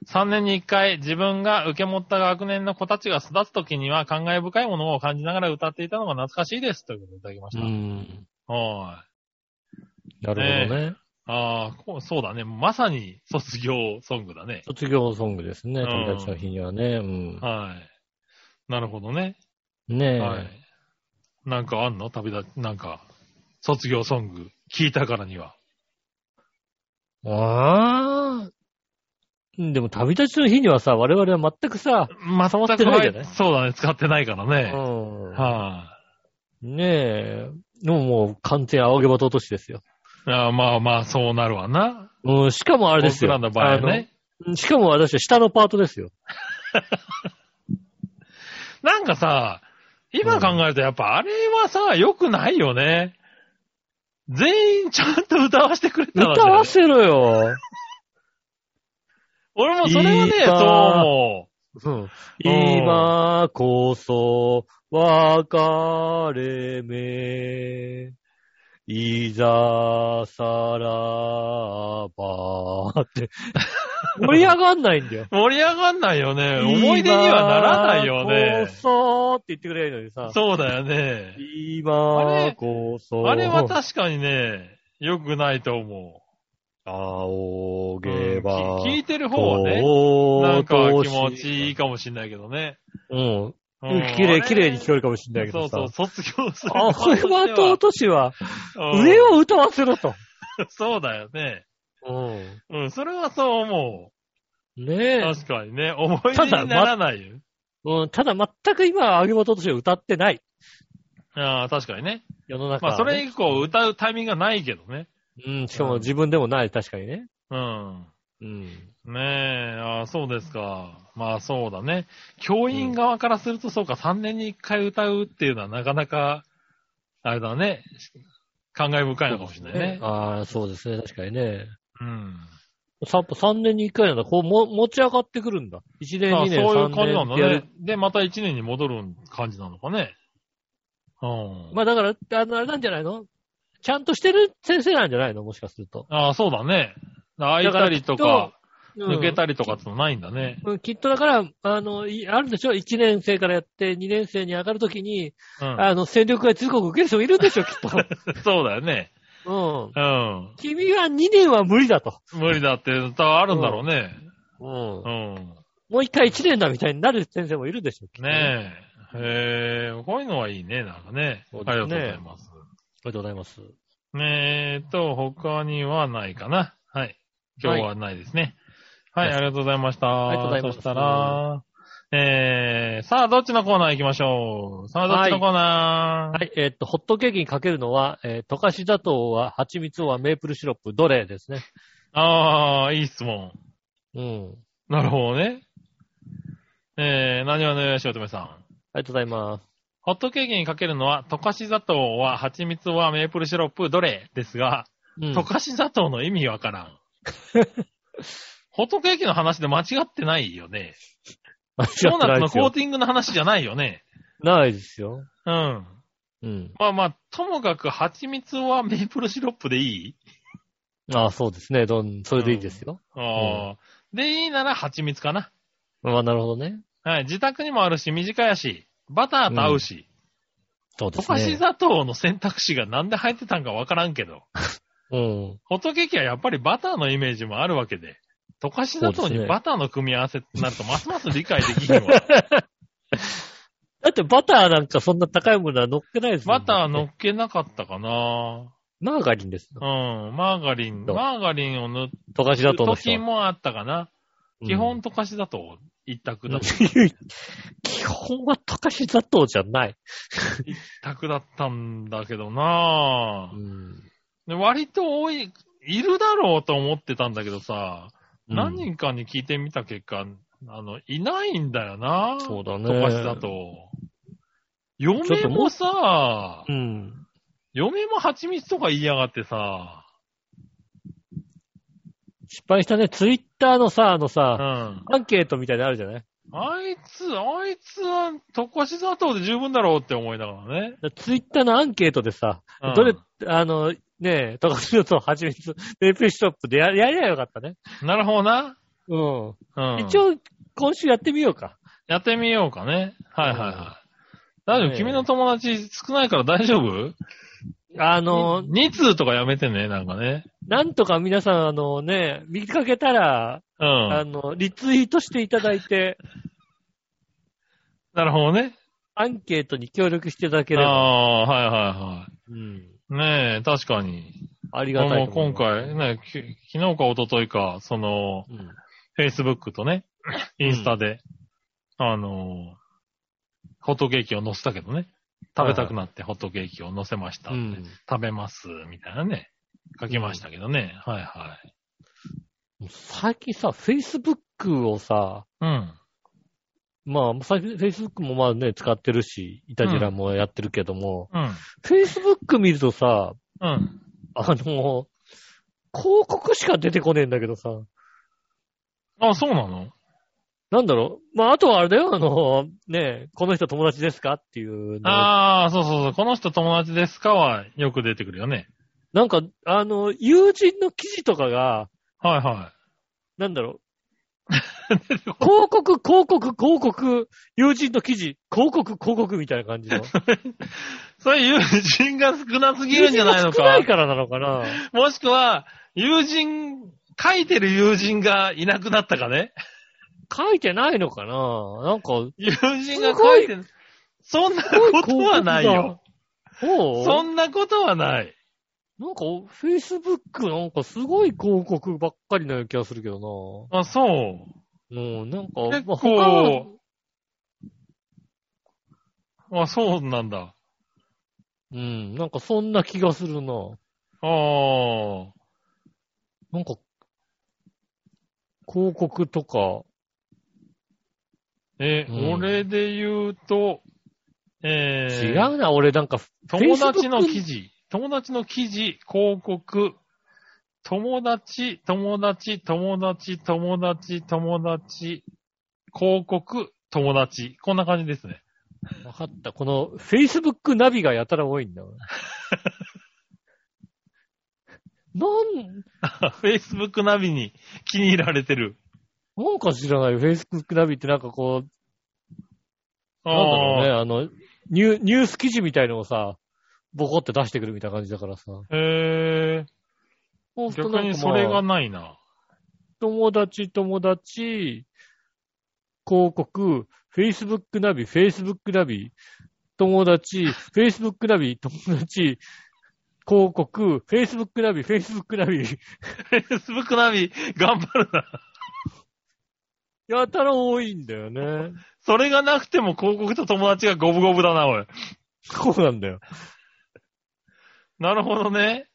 S3: ー3年に1回自分が受け持った学年の子たちが育つ時には感慨深いものを感じながら歌っていたのが懐かしいです。ということでいただきまし
S2: う
S3: た。
S2: ん。
S3: はい。
S2: なるほどね。
S3: ああ、こうそうだね。まさに卒業ソングだね。
S2: 卒業ソングですね。
S3: うん
S2: 友達の日にはね。うん。
S3: はい。なるほどね。
S2: ねえ。
S3: はい。なんかあんの旅立ち、なんか、卒業ソング聞いたからには。
S2: ああ。でも、旅立ちの日にはさ、我々は全くさ、
S3: ま
S2: 触ってないじゃない
S3: そうだね。使ってないから
S2: う
S3: ね。
S2: ん。
S3: は
S2: ねえ。でももう完全青毛バト落としですよ。
S3: い、あー。まあまあ、そうなるわな。
S2: うん、しかもあ
S3: あ
S2: れですよ。
S3: 僕らの場合はね。
S2: あの。しかも私は下のパートですよ。
S3: なんかさ、今考えるとやっぱあれはさ、良くないよね。全員ちゃんと歌わせてくれたら、ね。
S2: 歌わせろよ。
S3: 俺もそれはね
S2: い、い
S3: そう
S2: か
S3: 思う。
S2: うん今こそ別れ目。いざさらば って。盛り上がんないんだよ。
S3: 盛り上がんないよね。思い出にはならないよね
S2: 今こ。そって言ってくれるのにさ。
S3: そうだよね。
S2: 今こそ。
S3: あれは確かにね、良くないと思
S2: 仰
S3: う。う
S2: げ
S3: ん
S2: ば。
S3: き聞いてる方はね、なんか気持ちいいかもしんないけどね。
S2: うん。
S3: うん
S2: 綺麗、綺麗に聞こえ
S3: あ
S2: るかもしれない
S3: れ
S2: けどさ。
S3: そうそう、卒業する。
S2: あ、これはと落としは、
S3: うん
S2: 上を歌わせろと。
S3: そうだよね。
S2: うん。
S3: うん、それはそう思う。
S2: ねえ。
S3: 確かにね。思い出にならないよ。
S2: うん、ただ全く今、揚げ元としては歌ってない。
S3: ああ、確かにね。
S2: 世の中
S3: まあ、
S2: はね、
S3: それ以降歌うタイミングがないけどね。
S2: うん、しかも自分でもない、確かにね。
S3: うん。
S2: うん。
S3: ねえ、ああそうですか。まあそうだね。教員側からするとそうか、3年に1回歌うっていうのはなかなか、あれだね、感慨深いのかもしれないね。
S2: ああ、そうですね、確かにね。
S3: うん。
S2: さ3年に1回なんだ。こう、も、持ち上がってくるんだ。1年、
S3: ま
S2: 2
S3: あそ
S2: 年、
S3: ういう
S2: 3
S3: 感じな
S2: 年
S3: んだ
S2: ってやる
S3: ね。で、また1年に戻る感じなのかね。うん。
S2: まあだから、あの、あれなんじゃないのちゃんとしてる先生なんじゃないのもしかすると。
S3: ああ、そうだね。開いたりと
S2: だ
S3: か、抜けたりとかってのないんだね。
S2: うんきっとだから、あの、いあるんでしょ ?1 年生からやって、2年生に上がるときに、
S3: うん。
S2: あの、戦力外通告受ける人もいるんでしょ、きっ
S3: そうだよね。
S2: と。うん。
S3: うん。
S2: 君は2年は無理だと。
S3: 無理だって歌はあるんだろうね。
S2: うん。
S3: うん。
S2: もう一回1年だみたいになる先生もいるでしょ、きっとあ
S3: ねえ。へえ、こういうのはいいね、なんかね。
S2: そう
S3: あ
S2: です
S3: り
S2: ね
S3: がとうございます。
S2: りがとうございます。
S3: ねえと、他にはないかな。はい。今日はないですね。は、
S2: はいい
S3: ありがとうございました。
S2: ありがとうございます
S3: そしたら、えー、さあ、どっちのコーナー行きましょう。さあ、どっちのコーナー、
S2: はい、えーっと、ホットケーキにかけるのは、えー溶かし砂糖は、蜂蜜はメープルシロップ、どれですね。
S3: ああ、いい質問。
S2: うん。
S3: なるほどね。えー、何をお願いしようとめさん。
S2: ありがとうございます。
S3: ホットケーキにかけるのは、溶かし砂糖は、蜂蜜は、メープルシロップ、どれですが、
S2: うん
S3: 溶かし砂糖の意味わから ん。ホットケーキの話で間違ってないよね。
S2: 間違
S3: ドー
S2: ってな
S3: ナ
S2: い
S3: ツ
S2: で
S3: の
S2: す
S3: コー
S2: よ。
S3: ティングの話じゃないよね。
S2: ないですよ。
S3: うん。
S2: うん。
S3: まあまあ、ともかく蜂蜜はメープルシロップでいい
S2: ああ、そうですね。どん、それでいいですよ。
S3: ああ、でいいなら蜂蜜かな。
S2: まあ、なるほどね。
S3: はい。自宅にもあるし、短いし、バターと合うし、
S2: そうで
S3: 溶
S2: すね。
S3: かし砂糖の選択肢がなんで入ってたんかわからんけど、
S2: うん。
S3: ホットケーキはやっぱりバターのイメージもあるわけで、溶かし砂糖
S2: そうです
S3: に
S2: ね
S3: バターの組み合わせってなると、ますます理解できひんわ。
S2: だってバターなんかそんな高いものは乗っけないですも
S3: バ
S2: ん
S3: ター乗っけなかったかな
S2: マーガリンですよ。
S3: うん。マーガリン、
S2: そう
S3: マーガリンを塗っ
S2: 溶かしだ
S3: た
S2: との人
S3: 時
S2: は。
S3: もあったかな。基
S2: うん
S3: 本、溶かしだと一択だった。
S2: 基本は溶かし砂糖じゃない。
S3: 一択だったんだけどなで割と多い、いるだろうと思ってたんだけどさ、何人かに聞いてみた結果、あの、いないんだよな
S2: そうだね。
S3: 溶かしだと。嫁もさ、
S2: うん。
S3: 嫁も蜂蜜とか言いやがってさ、
S2: 失敗したね。ツイッターのさ、あの
S3: う
S2: さ、
S3: ん。
S2: アンケートみたいなのあるじゃない
S3: あいつ、あいつは、溶かし砂糖で十分だろうって思いながらね。
S2: ツイッターのアンケートでさ、
S3: うん
S2: どれ、あの、ねえ、溶かし砂糖、蜂蜜、メープルシロップでややりゃよかったね。
S3: なるほどな。
S2: うん。
S3: うん。
S2: 一応、今週やってみようか。
S3: やってみようかね。はいはいはい。大丈
S2: ね
S3: 夫
S2: え
S3: 君の友達少ないから大丈夫
S2: あの、
S3: ?2 通とかやめてね、なんかね。
S2: なんとか皆さん、あのね、見かけたら、
S3: うん。
S2: あの、リツイートしていただいて、
S3: なるほどね。
S2: アンケートに協力していただければ、
S3: ああー、はいはいはい。
S2: うん、
S3: ねえ、確かに。
S2: ありがた
S3: も
S2: いうと思い
S3: 今
S2: ます。
S3: 回、ね、き昨日か一昨日か、その、
S2: うん、
S3: Facebook とね、インスタで、あの、ホットケーキを乗せたけどね。食べたくなってホットケーキを乗せました。
S2: うん
S3: 食べます、みたいなね。書きましたけどね。はいはい。
S2: 最近さ、Facebook をさ、
S3: うん。
S2: まあ、最近 Facebook もまあね、使ってるし、イタジラもやってるけども、
S3: うん。
S2: Facebook 見るとさ、
S3: うん。
S2: あの、広告しか出てこねえんだけどさ、
S3: あ、そうなの
S2: なんだろう。まあ、あとはあれだよ、あの、ね、この人友達ですかっていうの
S3: ああ、そうそうそう。この人友達ですかはよく出てくるよね。
S2: なんか、あの、友人の記事とかが、
S3: はいは
S2: なんだ ろ
S3: い。出て
S2: う、広告、広告、広告、友人の記事、広告、広告みたいな感じの。
S3: それ友人が少なすぎるんじゃないの
S2: 友人が少
S3: か
S2: ない。からなのかな。
S3: もしくは、友人、書いてる友人がいなくなったかね。
S2: 書いてないのかななんか、
S3: 友人が書いてる。そんなことはないよ。
S2: おう
S3: そんなことはない。
S2: なんか、Facebook なんかすごい広告ばっかりな気がするけど
S3: あ、そう。
S2: な。うん、なんか、
S3: 結
S2: まあ他は
S3: 構、あ、そうなんだ。
S2: うん、なんかそんな気がするな。
S3: ああ。
S2: なんか、広告とか、
S3: え、
S2: うん
S3: 俺で言うと、えー、
S2: 違うな、俺なんか、
S3: 友達の記事、友達の記事、広告、友達、友達、友達、友達、友達、広告、友達。こんな感じですね。
S2: わかった。この Facebook ナビがやたら多いん だ。なん、
S3: Facebook ナビに気に入られてる。
S2: なんか知らない。Facebook ナビってなんかこう、
S3: あ
S2: なんだろうね、
S3: あ
S2: あの、ニューニュース記事みたいのをさ、ボコって出してくるみたいな感じだからさ。
S3: へえ
S2: ほんと
S3: 逆
S2: なん
S3: に
S2: か
S3: そ
S2: ま
S3: れ
S2: あ
S3: がないな。
S2: 友達、友達、広告、Facebook ナビ、Facebook ナビ、友達、Facebook ナビ、友達、広告、Facebook ナビ、Facebook ナビ、
S3: Facebook ナビ、頑張るな。
S2: やたら多いんだよね。
S3: それがなくても広告と友達が五分五分だな、おい。
S2: そうなんだよ。
S3: なるほどね。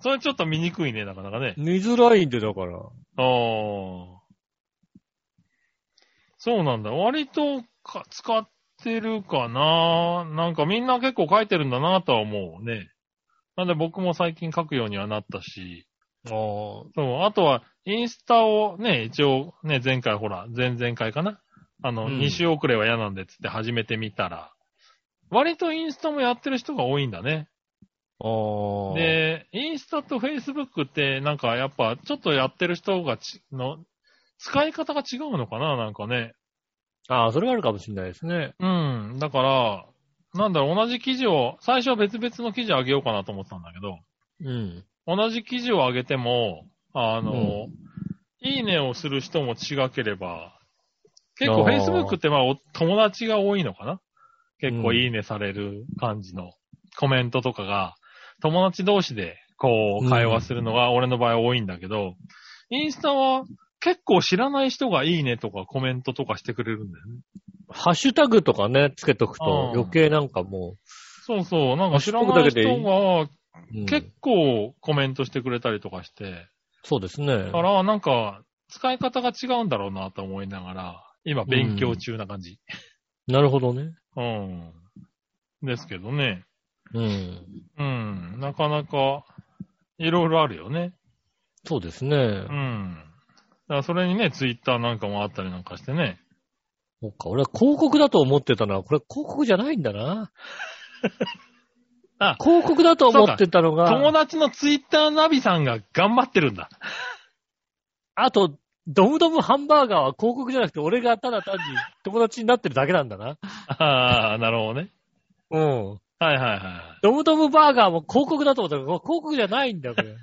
S3: それちょっと見にくいね、なかなかね。
S2: 見づらいんで、だから。
S3: ああ。そうなんだ。割とか使ってるかな。なんかみんな結構書いてるんだなとは思うね。なんで僕も最近書くようにはなったし。
S2: あ
S3: そう。あとは、インスタをね、一応ね、前回ほら、前々回かな。あの、
S2: うん
S3: 2週遅れは嫌なんでっつって始めてみたら。割とインスタもやってる人が多いんだね。
S2: あ。で、
S3: で、インスタとフェイスブックって、なんかやっぱ、ちょっとやってる人がち、の、使い方が違うのかななんかね。
S2: ああ、それがあるかもしれないですね。
S3: うん。だから、なんだろう、同じ記事を、最初は別々の記事上げようかなと思ってたんだけど、
S2: うん。
S3: 同じ記事を上げても、あの、
S2: う
S3: いいねをする人も違ければ、結構
S2: あー
S3: Facebook ってまあお友達が多いのかな結構いいねされる感じのコメントとかが、友達同士でこ
S2: う
S3: うん会話するのが俺の場合多いんだけど、インスタは結構知らない人がいいねとかコメントとかしてくれるんだよね。
S2: ハッシュタグとかね、つけとくと
S3: うん
S2: 余計なんかも
S3: そうそう、なんか知ら
S2: ハ
S3: な
S2: ッ
S3: い
S2: シュタグだけでいい
S3: 人が
S2: う、うん
S3: 結構コメントしてくれたりとかして、
S2: そうですね
S3: だ。からなんか使い方が違うんだろうなと思いながら、今勉強中な感じ。
S2: なるほどね。
S3: うん。ですけどね。
S2: うん。
S3: うん。なかなか、いろいろあるよね。
S2: そうですね。
S3: うん。だからそれにね、ツイッターなんかもあったりなんかしてね。。
S2: そっか、俺は広告だと思ってたのは、これ広告じゃないんだな
S3: あ
S2: 広告だと思ってたの
S3: 友
S2: が、
S3: 達のツイッターナビさんが頑張ってるんだ。
S2: あと、ドムドムハンバーガーは広告じゃなくて、俺がただ単に友達になってるだけなんだな。
S3: ああ、なるほどね。
S2: うん。
S3: はいはいはい。
S2: ドムドムバーガーも広告だと思ったけど、広告じゃないんだよ、これ。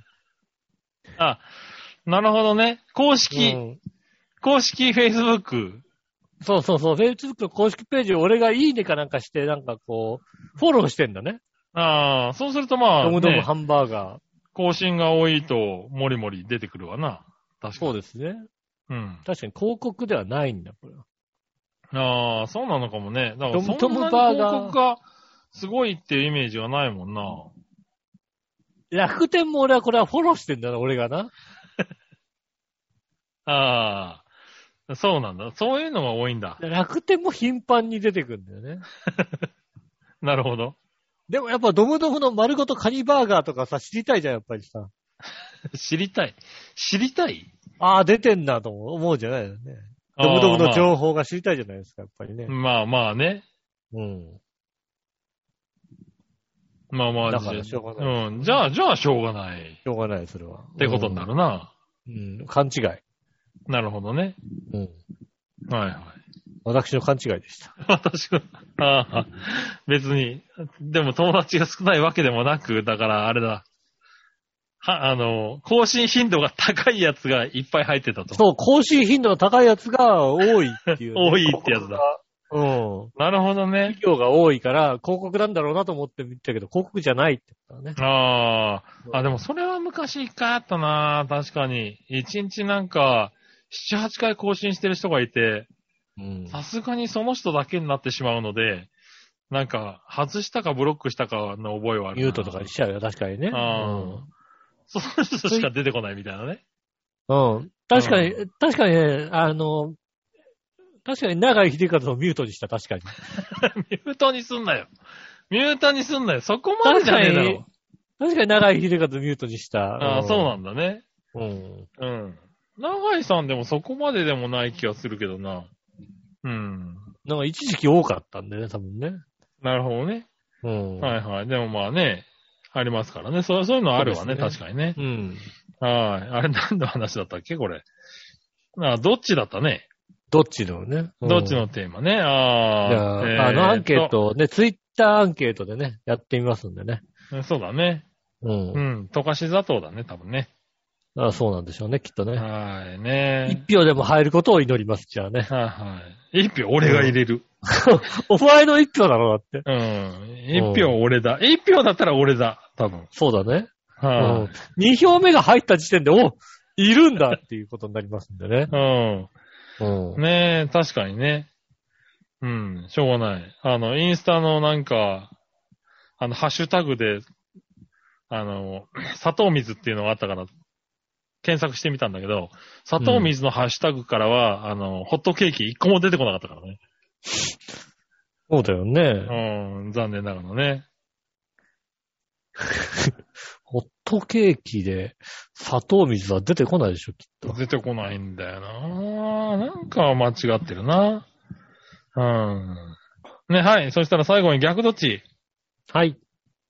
S3: なるほどね。公式、
S2: うん
S3: 公式 Facebook。
S2: そうそうそう、Facebook の公式ページを俺がいいねかなんかして、なんかこう、フォローしてんだね。
S3: ああ、そうするとまあ、
S2: ドムドム
S3: ね、
S2: ハンバーガー。
S3: 更新が多いと、もりもり出てくるわな。確か
S2: そうで
S3: に。
S2: すね。
S3: うん。
S2: 確かに広告ではないんだ、これは。
S3: ああ、そうなのかもね。だか
S2: ド
S3: ら
S2: ム
S3: そ
S2: ド
S3: ん
S2: ム
S3: なに
S2: バーガー
S3: 広告がすごいっていうイメージはないもんな。
S2: 楽天も俺はこれはフォローしてんだな、俺がな。
S3: ああ、そうなんだ。そういうのが多いんだ。
S2: 楽天も頻繁に出てくるんだよね。
S3: なるほど。
S2: でもやっぱドムドムの丸ごとカニバーガーとかさ、知りたいじゃん、やっぱりさ。
S3: 知りたい。知りたい
S2: ああ、出てんなと思う思うじゃないよね。ドムドムの情報が知りたいじゃないですか、やっぱりね
S3: あ。ーまあまあまあね。
S2: うん。
S3: まあまあ。
S2: だからしょうがない
S3: うん。じゃあ、じゃあしょうがない。
S2: しょうがない、それは。
S3: ってことになるな。
S2: うん。うん、勘違い。
S3: なるほどね。
S2: うん。
S3: はいはい。
S2: 私の勘違いでした。
S3: 私は、ああ、別に、でも友達が少ないわけでもなく、だからあれだ。は、あの、更新頻度が高いやつがいっぱい入ってたと。
S2: そう、更新頻度の高いやつが多いっていうね、
S3: 多いってやつだ
S2: うん。
S3: なるほどね。
S2: 企業が多いから、広告なんだろうなと思って見てたけど、広告じゃないってことだね。
S3: ああ、あ、でもそれは昔一回あったな確かに。一日なんか、七八回更新してる人がいて、
S2: うん
S3: さすがにその人だけになってしまうので、なんか、外したかブロックしたかの覚えはある
S2: ミ
S3: な。
S2: ュートとかにしちゃうよ、確かにね。
S3: あその人しか出てこないみたいなね。
S2: うん。うん。確かに
S3: う、
S2: 確かにね、あの、確かに長井秀和をミュートにした、確かに。
S3: ミュートにすんなよ。ミュートにすんなよ。そこまでじゃねえだ
S2: 確
S3: ろ。
S2: 確かに長井秀和をミュートにした。
S3: ああ、そうなんだね。
S2: のうん。
S3: うん。長井さんでもそこまででもない気がするけどな。うん。
S2: なんか一時期多かったんだよね、多分ね。
S3: なるほどね。
S2: うん。。
S3: はいいはい。でもまあね、ありますからね。そうそういうのあるわね、
S2: そうで
S3: 確かにね
S2: う。ん。
S3: はい。あれ何の話だったっけこれ。あどっちだったね。
S2: どっちのね。うん
S3: どっちのテーマね。ああ。
S2: じゃあ、
S3: えーっと
S2: あのアンケー。トをね、ツイッターアンケートでね、やってみますんでね。
S3: そうだね。
S2: うん。
S3: うん。溶かし砂糖だね、多分ね。
S2: あそうなんでしょうね、きっとね。
S3: はい
S2: 一
S3: ね。。
S2: 票でも入ることを祈ります、じゃあね
S3: はいはい。一票俺が入れる。
S2: お前の一票だろ、だって。
S3: うん。一票俺だ。一票だったら俺だ。多分。
S2: そうだね。
S3: は
S2: うん。2票目が入った時点で、おいるんだっていうことになりますんでね。
S3: い。うん。
S2: うん。
S3: ねえ、確かにね。うん、しょうがない。あの、インスタのなんか、あの、ハッシュタグで、あの、砂糖水っていうのがあったから、検索してみたんだけど、砂糖水のハッシュタグからは、あの、ホットケーキ一個も出てこなかったからね。
S2: そうだよね。
S3: うん、残念ながらね。
S2: ホットケーキで砂糖水は出てこないでしょ、きっと。
S3: 出てこないんだよななんか間違ってるなうん。ね、はい。そしたら最後に逆どっち
S2: はい。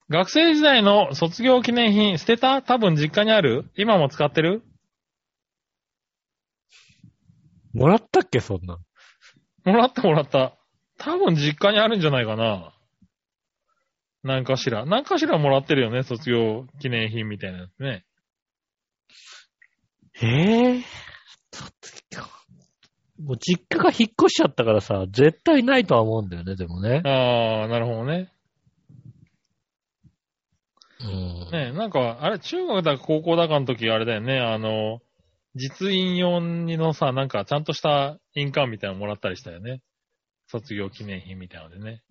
S3: 学生時代の卒業記念品、捨てた多分実家にある今も使ってる
S2: もらったっけ、そんなん。
S3: もらったもらった。多分実家にあるんじゃないかな。何かしら。何かしらもらってるよね、卒業記念品みたいなやつね。
S2: ええー。卒業もう実家が引っ越しちゃったからさ、絶対ないとは思うんだよね、でもね。
S3: ああ、なるほどね。
S2: うん。
S3: ねえなんか、あれ、中学だか高校だかの時、あれだよね、あの、実印用にのさ、なんか、ちゃんとした印鑑みたいなのもらったりしたよね。卒業記念品みたいなのでね。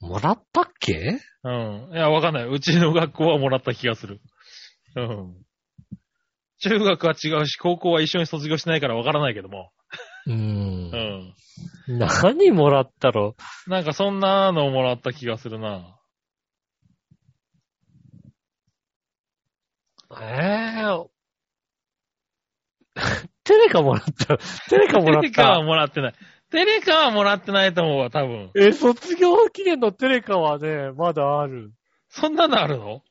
S2: もらったっけ
S3: うん。いや、わかんない。うちの学校はもらった気がする。うん。中学は違うし、高校は一緒に卒業しないからわからないけども。
S2: う。
S3: うんん。
S2: 何もらったろ
S3: なんかそんなのをもらった気がするな。
S2: ええ テレカもらった。テレカもらっ
S3: テレカは
S2: た。
S3: もらってない。テレカはもらってないと思うわ、多分。
S2: え、卒業記念のテレカはね、まだある。
S3: そんなのあるの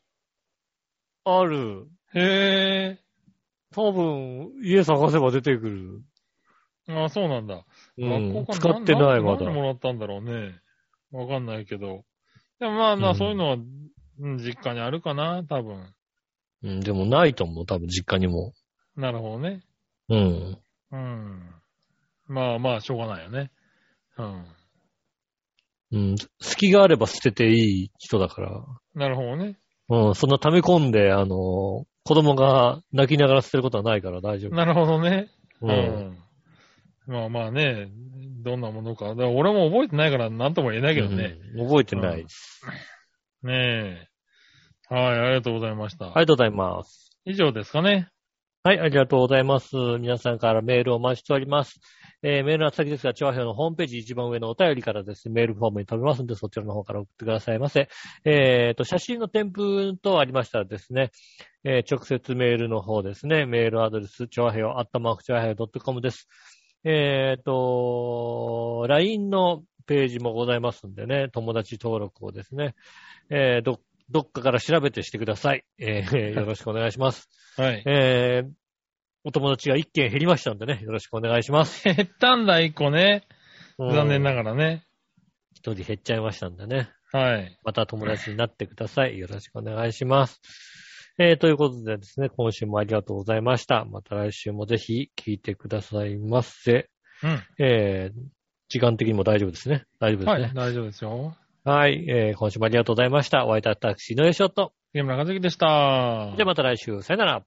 S2: ある。
S3: へ
S2: 多分、家探せば出てくる。
S3: え。ああ、そうなんだ。
S2: うん。
S3: 学
S2: 使
S3: 校か
S2: ってない、まだ
S3: 何で。もらったんだろうね。わかんないけど。でもまあま
S2: う
S3: あ、
S2: ん
S3: そういうのは、うん、実家にあるかな、多分。
S2: うん、でもないと思う、多分、実家にも。
S3: なるほどね。
S2: うん。
S3: うん。まあまあ、しょうがないよね。うん。
S2: うん。隙があれば捨てていい人だから。
S3: なるほどね。
S2: うん、そんな溜め込んで、あの、子供が泣きながら捨てることはないから大丈夫。
S3: なるほどね。
S2: う。
S3: うんん。まあまあね、どんなものか。だから俺も覚えてないから何とも言えないけどね。
S2: うん覚えてないです。
S3: ねえ。はい、ありがとうございました。
S2: ありがとうございます。
S3: 以上ですかね。
S2: はい、ありがとうございます。皆さんからメールをお待ちしております。えーメールの先ですが、調和表のホームページ一番上のお便りからですね、メールフォームに飛びますので、そちらの方から送ってくださいませ。えっ、と、写真の添付等ありましたらですね、えー直接メールの方ですね、メールアドレス、調和表、アットマーク調和表 .com です。えっ、と、LINE のページもございますんでね、友達登録をですね、えーど、どっかから調べてしてください。えーよろしくお願いします。
S3: はい。
S2: えー、お友達が1件減りましたんでね、よろしくお願いします。
S3: 減ったんだ、一個ね。残念な
S2: がら。
S3: がらね。
S2: 一人減っちゃいましたんでね、
S3: はい。
S2: また友達になってください。よろしくお願いします。えー、ということでですね、今週もありがとうございました。また来週もぜひ聞いてくださいませ。
S3: うん。
S2: えー、時間的にも大丈夫ですね。大丈夫
S3: は
S2: です
S3: い、
S2: ね。
S3: 大丈夫ですよ。
S2: はい、えー、今週もありがとうございました。お会いいたタクシーのよしょと。
S3: ゲーム中継でした。
S2: じゃあまた来週、さよなら。